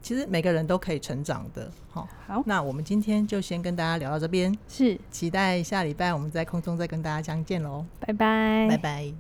[SPEAKER 1] 其实每个人都可以成长的，好、
[SPEAKER 2] 好，
[SPEAKER 1] 那我们今天就先跟大家聊到这边，
[SPEAKER 2] 是，
[SPEAKER 1] 期待下礼拜我们在空中再跟大家相见喽，
[SPEAKER 2] 拜拜
[SPEAKER 1] 拜拜。